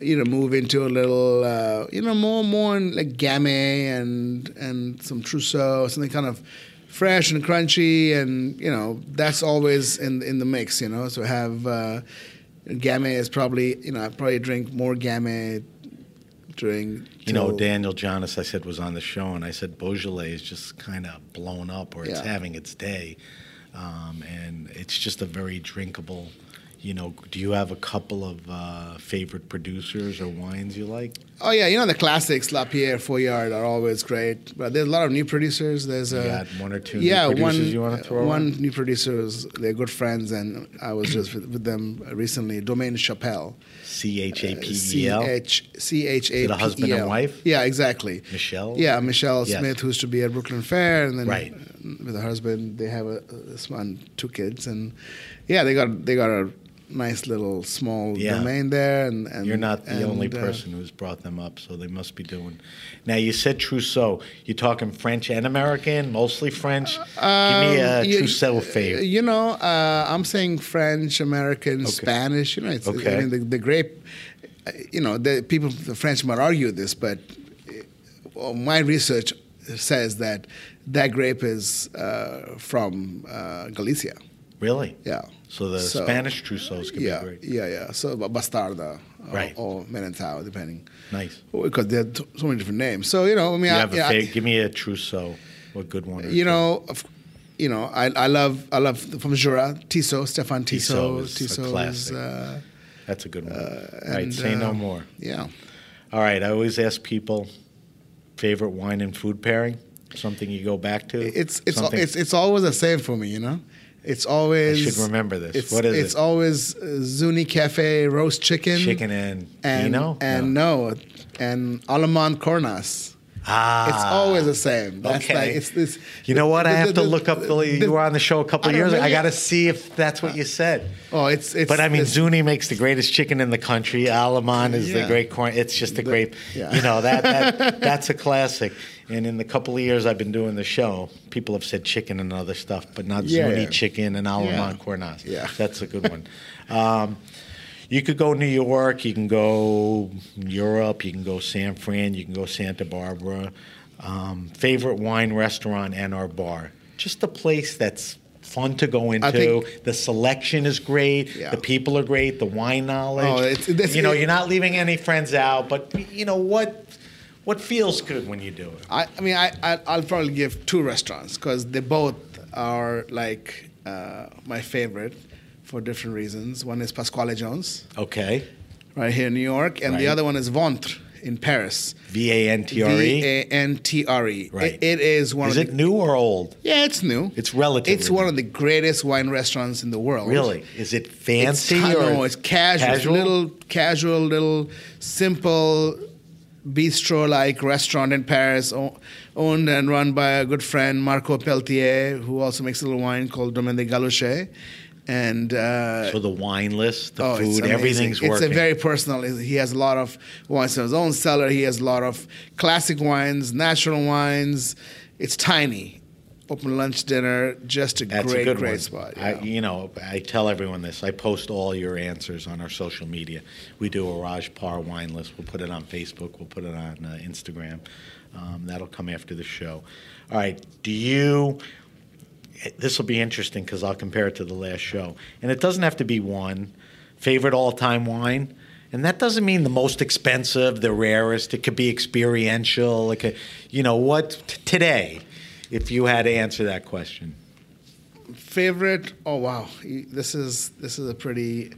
you know move into a little uh, you know more more in like gamay and and some trousseau something kind of fresh and crunchy and you know that's always in in the mix you know so have uh, gamay is probably you know I probably drink more gamay during
You know,
till-
Daniel Jonas, I said, was on the show, and I said Beaujolais is just kind of blown up or it's
Yeah.
having its day. Um, and it's just a very drinkable, you know. Do you have a couple of uh, favorite producers or wines you like?
Oh yeah, you know the classics, La Pierre, Foyard are always great. But there's a lot of new producers. There's a
got one or two new producers
one, uh,
you wanna throw
one
in?
new producers. They're good friends, and I was just with, with them recently. Domaine Chappelle,
C H A P E
C
L.
H C H A P E L.
it a husband and wife?
Yeah, exactly.
Michelle?
Yeah, Michelle
Yes.
Smith, who used to be at Brooklyn Fair, and then
Right.
with her husband, they have a, a son, two kids, and yeah, they got they got a nice little small
Yeah.
domain there. And, and
You're not the only
and, uh,
person who's brought them up, so they must be doing. Now you said Trousseau. You talking French and American, mostly French. Give me a
Um, you-
Trousseau favorite.
You know, uh, I'm saying French, American, Spanish. You know, it's
Okay.
I mean, the, the grape. you know, the people, the French might argue this, but uh, well, my research says that that grape is uh, from uh, Galicia.
Really?
Yeah.
So the
So-
Spanish trousseaus could
yeah,
be great.
yeah, yeah. So ba- Bastarda or,
Right.
or Menentau, depending.
Nice.
Because they had t- so many different names. So, you know, I mean,
You
I,
have a
yeah, I-
fa- give me a trousseau, a good one. or
you
two.
know, of- you know, I, I love I love from Jura Tiso, Stefan Tiso,
Tissot is a classic.
uh,
that's a good one. All right,
and,
say no
uh,
more.
yeah.
All right, I always ask people favorite wine and food pairing. Something you go back to.
It's it's
Something-
it's it's always the same for me, you know. It's always
I should remember this.
It's,
What is
it's
it?
always uh, Zuni Cafe roast chicken,
chicken and,
and
Dino?
and
no.
no, and Alamand Cornas.
Ah,
It's always the same. That's
okay.
like it's this.
You know what? I
the-
have to
the-
look up the,
the-
you were on the show a couple of
I don't
years ago. I
really-
got to see if that's what you said.
Oh, it's it's.
But I mean,
it's-
Zuni makes the greatest chicken in the country. Alamon is the
Yeah.
great corn. It's just a grape.
yeah.
You know that, that that's a classic. And in the couple of years I've been doing the show, people have said chicken and other stuff, but not
Yeah.
Zuni chicken and Alamon
Yeah.
cornas.
Yeah.
that's a good one. Um, you could go New York. You can go Europe. You can go San Fran. You can go Santa Barbara. Um, favorite wine restaurant and or bar. Just a place that's fun to go into.
think-
the selection is great.
Yeah.
The people are great. The wine knowledge.
Oh, it's- it's-
you know, you're not leaving any friends out. But you know what? What feels good when you do it?
I, I mean, I, I I'll probably give two restaurants because they both are like uh, my favorite for different reasons. One is Pasquale Jones
Okay.
right here in New York, and the
Right.
other one is Ventre in Paris.
V a n t r
V
e.
A N T R E.
Right.
It- it is one
Is
of
it
the,
new or old?
Yeah, it's new.
It's relatively
It's one
new.
of the greatest wine restaurants in the world.
Really? Is it fancy
it's,
or
no, it's casual, It's
casual?
little casual, little simple bistro-like restaurant in Paris, o- owned and run by a good friend Marco Peltier, who also makes a little wine called Domaine des Galouchet. And uh,
So the wine list, the
oh, it's
food,
amazing.
everything's
it's
working.
a very personal. He has a lot of wines in his own cellar. He has a lot of classic wines, natural wines. It's tiny. Open lunch, dinner, just a
That's
great,
a good
great
one.
spot.
I,
yeah.
you know, I tell everyone this. I post all your answers on our social media. We do a Raj Par wine list. We'll put it on Facebook. We'll put it on uh, Instagram. Um, that'll come after the show. All right. Do you? This will be interesting because I'll compare it to the last show, and it doesn't have to be one favorite all-time wine. And that doesn't mean the most expensive, the rarest. It could be experiential. It could, you know, what t- today, if you had to answer that question.
favorite oh wow You- this is this is a pretty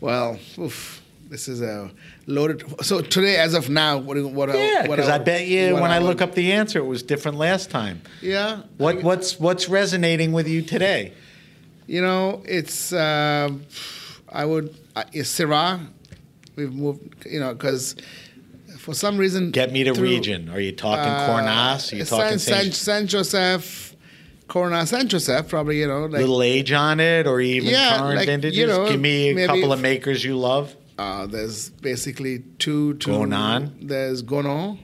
well oof, this is a loaded so today as of now what do- what I-
Yeah,
what
because I
would-
bet you
what
when I
would-
look up the answer, it was different last time.
yeah
What what's what's resonating with you today?
you know it's uh, I would uh, is Syrah we've moved you know because for some reason
Get me to
through-
region. Are you talking
uh,
Cornas? Are you talking
San, San,
Saint,
San Joseph Cornas San Joseph probably you know like
little age on it, or even
Yeah,
current
like,
vintages?
you know,
Give me a
maybe
couple of
if-
makers you love.
Uh, there's basically two, two.
Gonan.
There's Gonon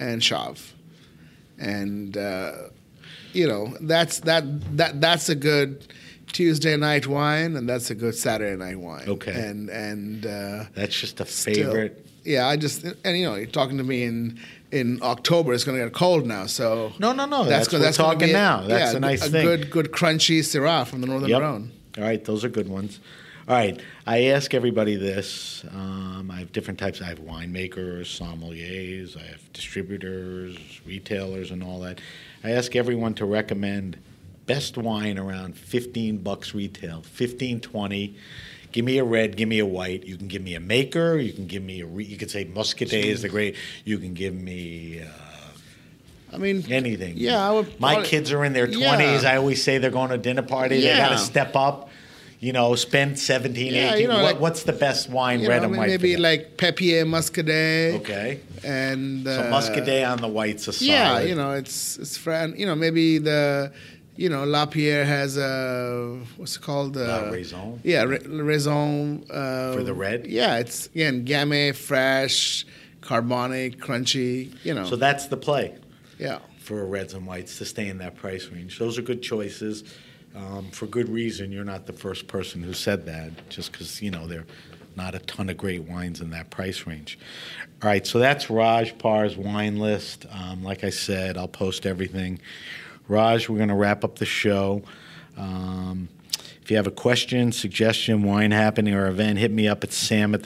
and Shav, and uh, you know that's that that that's a good Tuesday night wine, and that's a good Saturday night wine.
Okay.
And and uh,
That's just a
still-
favorite.
yeah, I just and you know you're talking to me in in October. It's going to get cold now, so
No, no, no, that's
go-
we're
gonna
talking
be a-
now. That's
yeah,
a nice
a
thing.
good good crunchy Syrah from the Northern Rhone.
All right, those are good ones. All right, I ask everybody this. Um, I have different types. I have winemakers, sommeliers, I have distributors, retailers, and all that. I ask everyone to recommend best wine around 15 bucks retail, 15, 20. Give me a red, give me a white. You can give me a maker. You can give me a. Re- you could say Muscadet is the great. You can give me. Uh,
I mean
anything.
Yeah, I would
My
probably-
kids are in their
Yeah.
twenties. I always say they're going to dinner party. They
Yeah.
got to step up. You know, spend 17,
Yeah,
18.
you know,
what,
like-
what's the best wine,
You
red
know,
and
may-
white? for
Maybe
them?
like Pepier Muscadet.
okay.
And
So
uh,
Muscadet on the whites is solid.
Yeah, you know, it's it's Fran. You know, maybe the. You know, Lapierre has a what's it called?
Uh, raison?
Yeah, ra- raison uh,
For the red?
Yeah, it's again gamay, fresh, carbonic, crunchy. You know,
So that's the play
yeah,
for reds and whites to stay in that price range. Those are good choices. Um, for good reason, you're not the first person who said that. Just because you know they're not a ton of great wines in that price range. All right, so that's Raj Par's wine list. Um, like I said, I'll post everything. Raj, we're going to wrap up the show. Um, if you have a question, suggestion, wine happening, or event, hit me up at sam at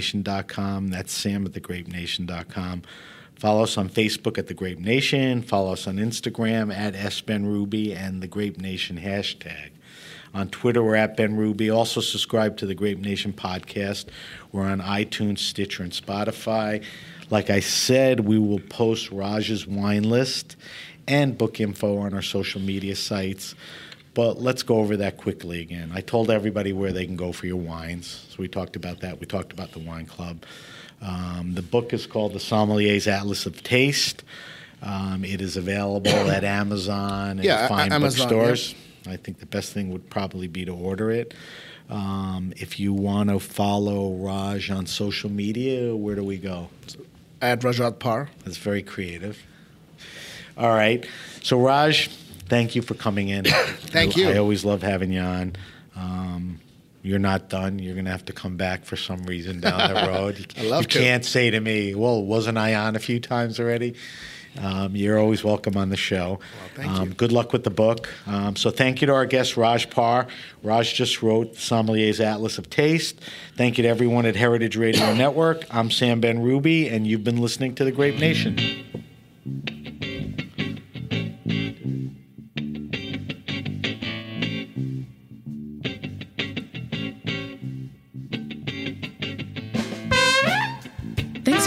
thegrapenation.com. That's sam at thegrapenation.com. Follow us on Facebook at The Grape Nation. Follow us on Instagram at SBenRuby and The Grape Nation hashtag. On Twitter, we're at Ben Ruby. Also, subscribe to the Grape Nation podcast. We're on iTunes, Stitcher, and Spotify. Like I said, we will post Raj's wine list and book info on our social media sites. But let's go over that quickly again. I told everybody where they can go for your wines. So we talked about that. We talked about the wine club. Um, the book is called The Sommelier's Atlas of Taste. Um, it is available at Amazon and
Yeah, a-
fine
a- Amazon,
bookstores. I think the best thing would probably be to order it. Um, if you want to follow Raj on social media, where do we go?
At Rajat Par.
That's very creative. All right. So, Raj, thank you for coming in.
Thank
I-
you.
I always love having you on. Um, you're not done. You're going to have to come back for some reason down the road.
I love
you
to.
can't say to me, well, wasn't I on a few times already? Um, you're always welcome on the show.
thank
um,
you.
Good luck with the book. Um, so, thank you to our guest, Raj Parr. Raj just wrote Sommelier's Atlas of Taste. Thank you to everyone at Heritage Radio Network. I'm Sam Ben Ruby, and you've been listening to The Grape Nation.
Thanks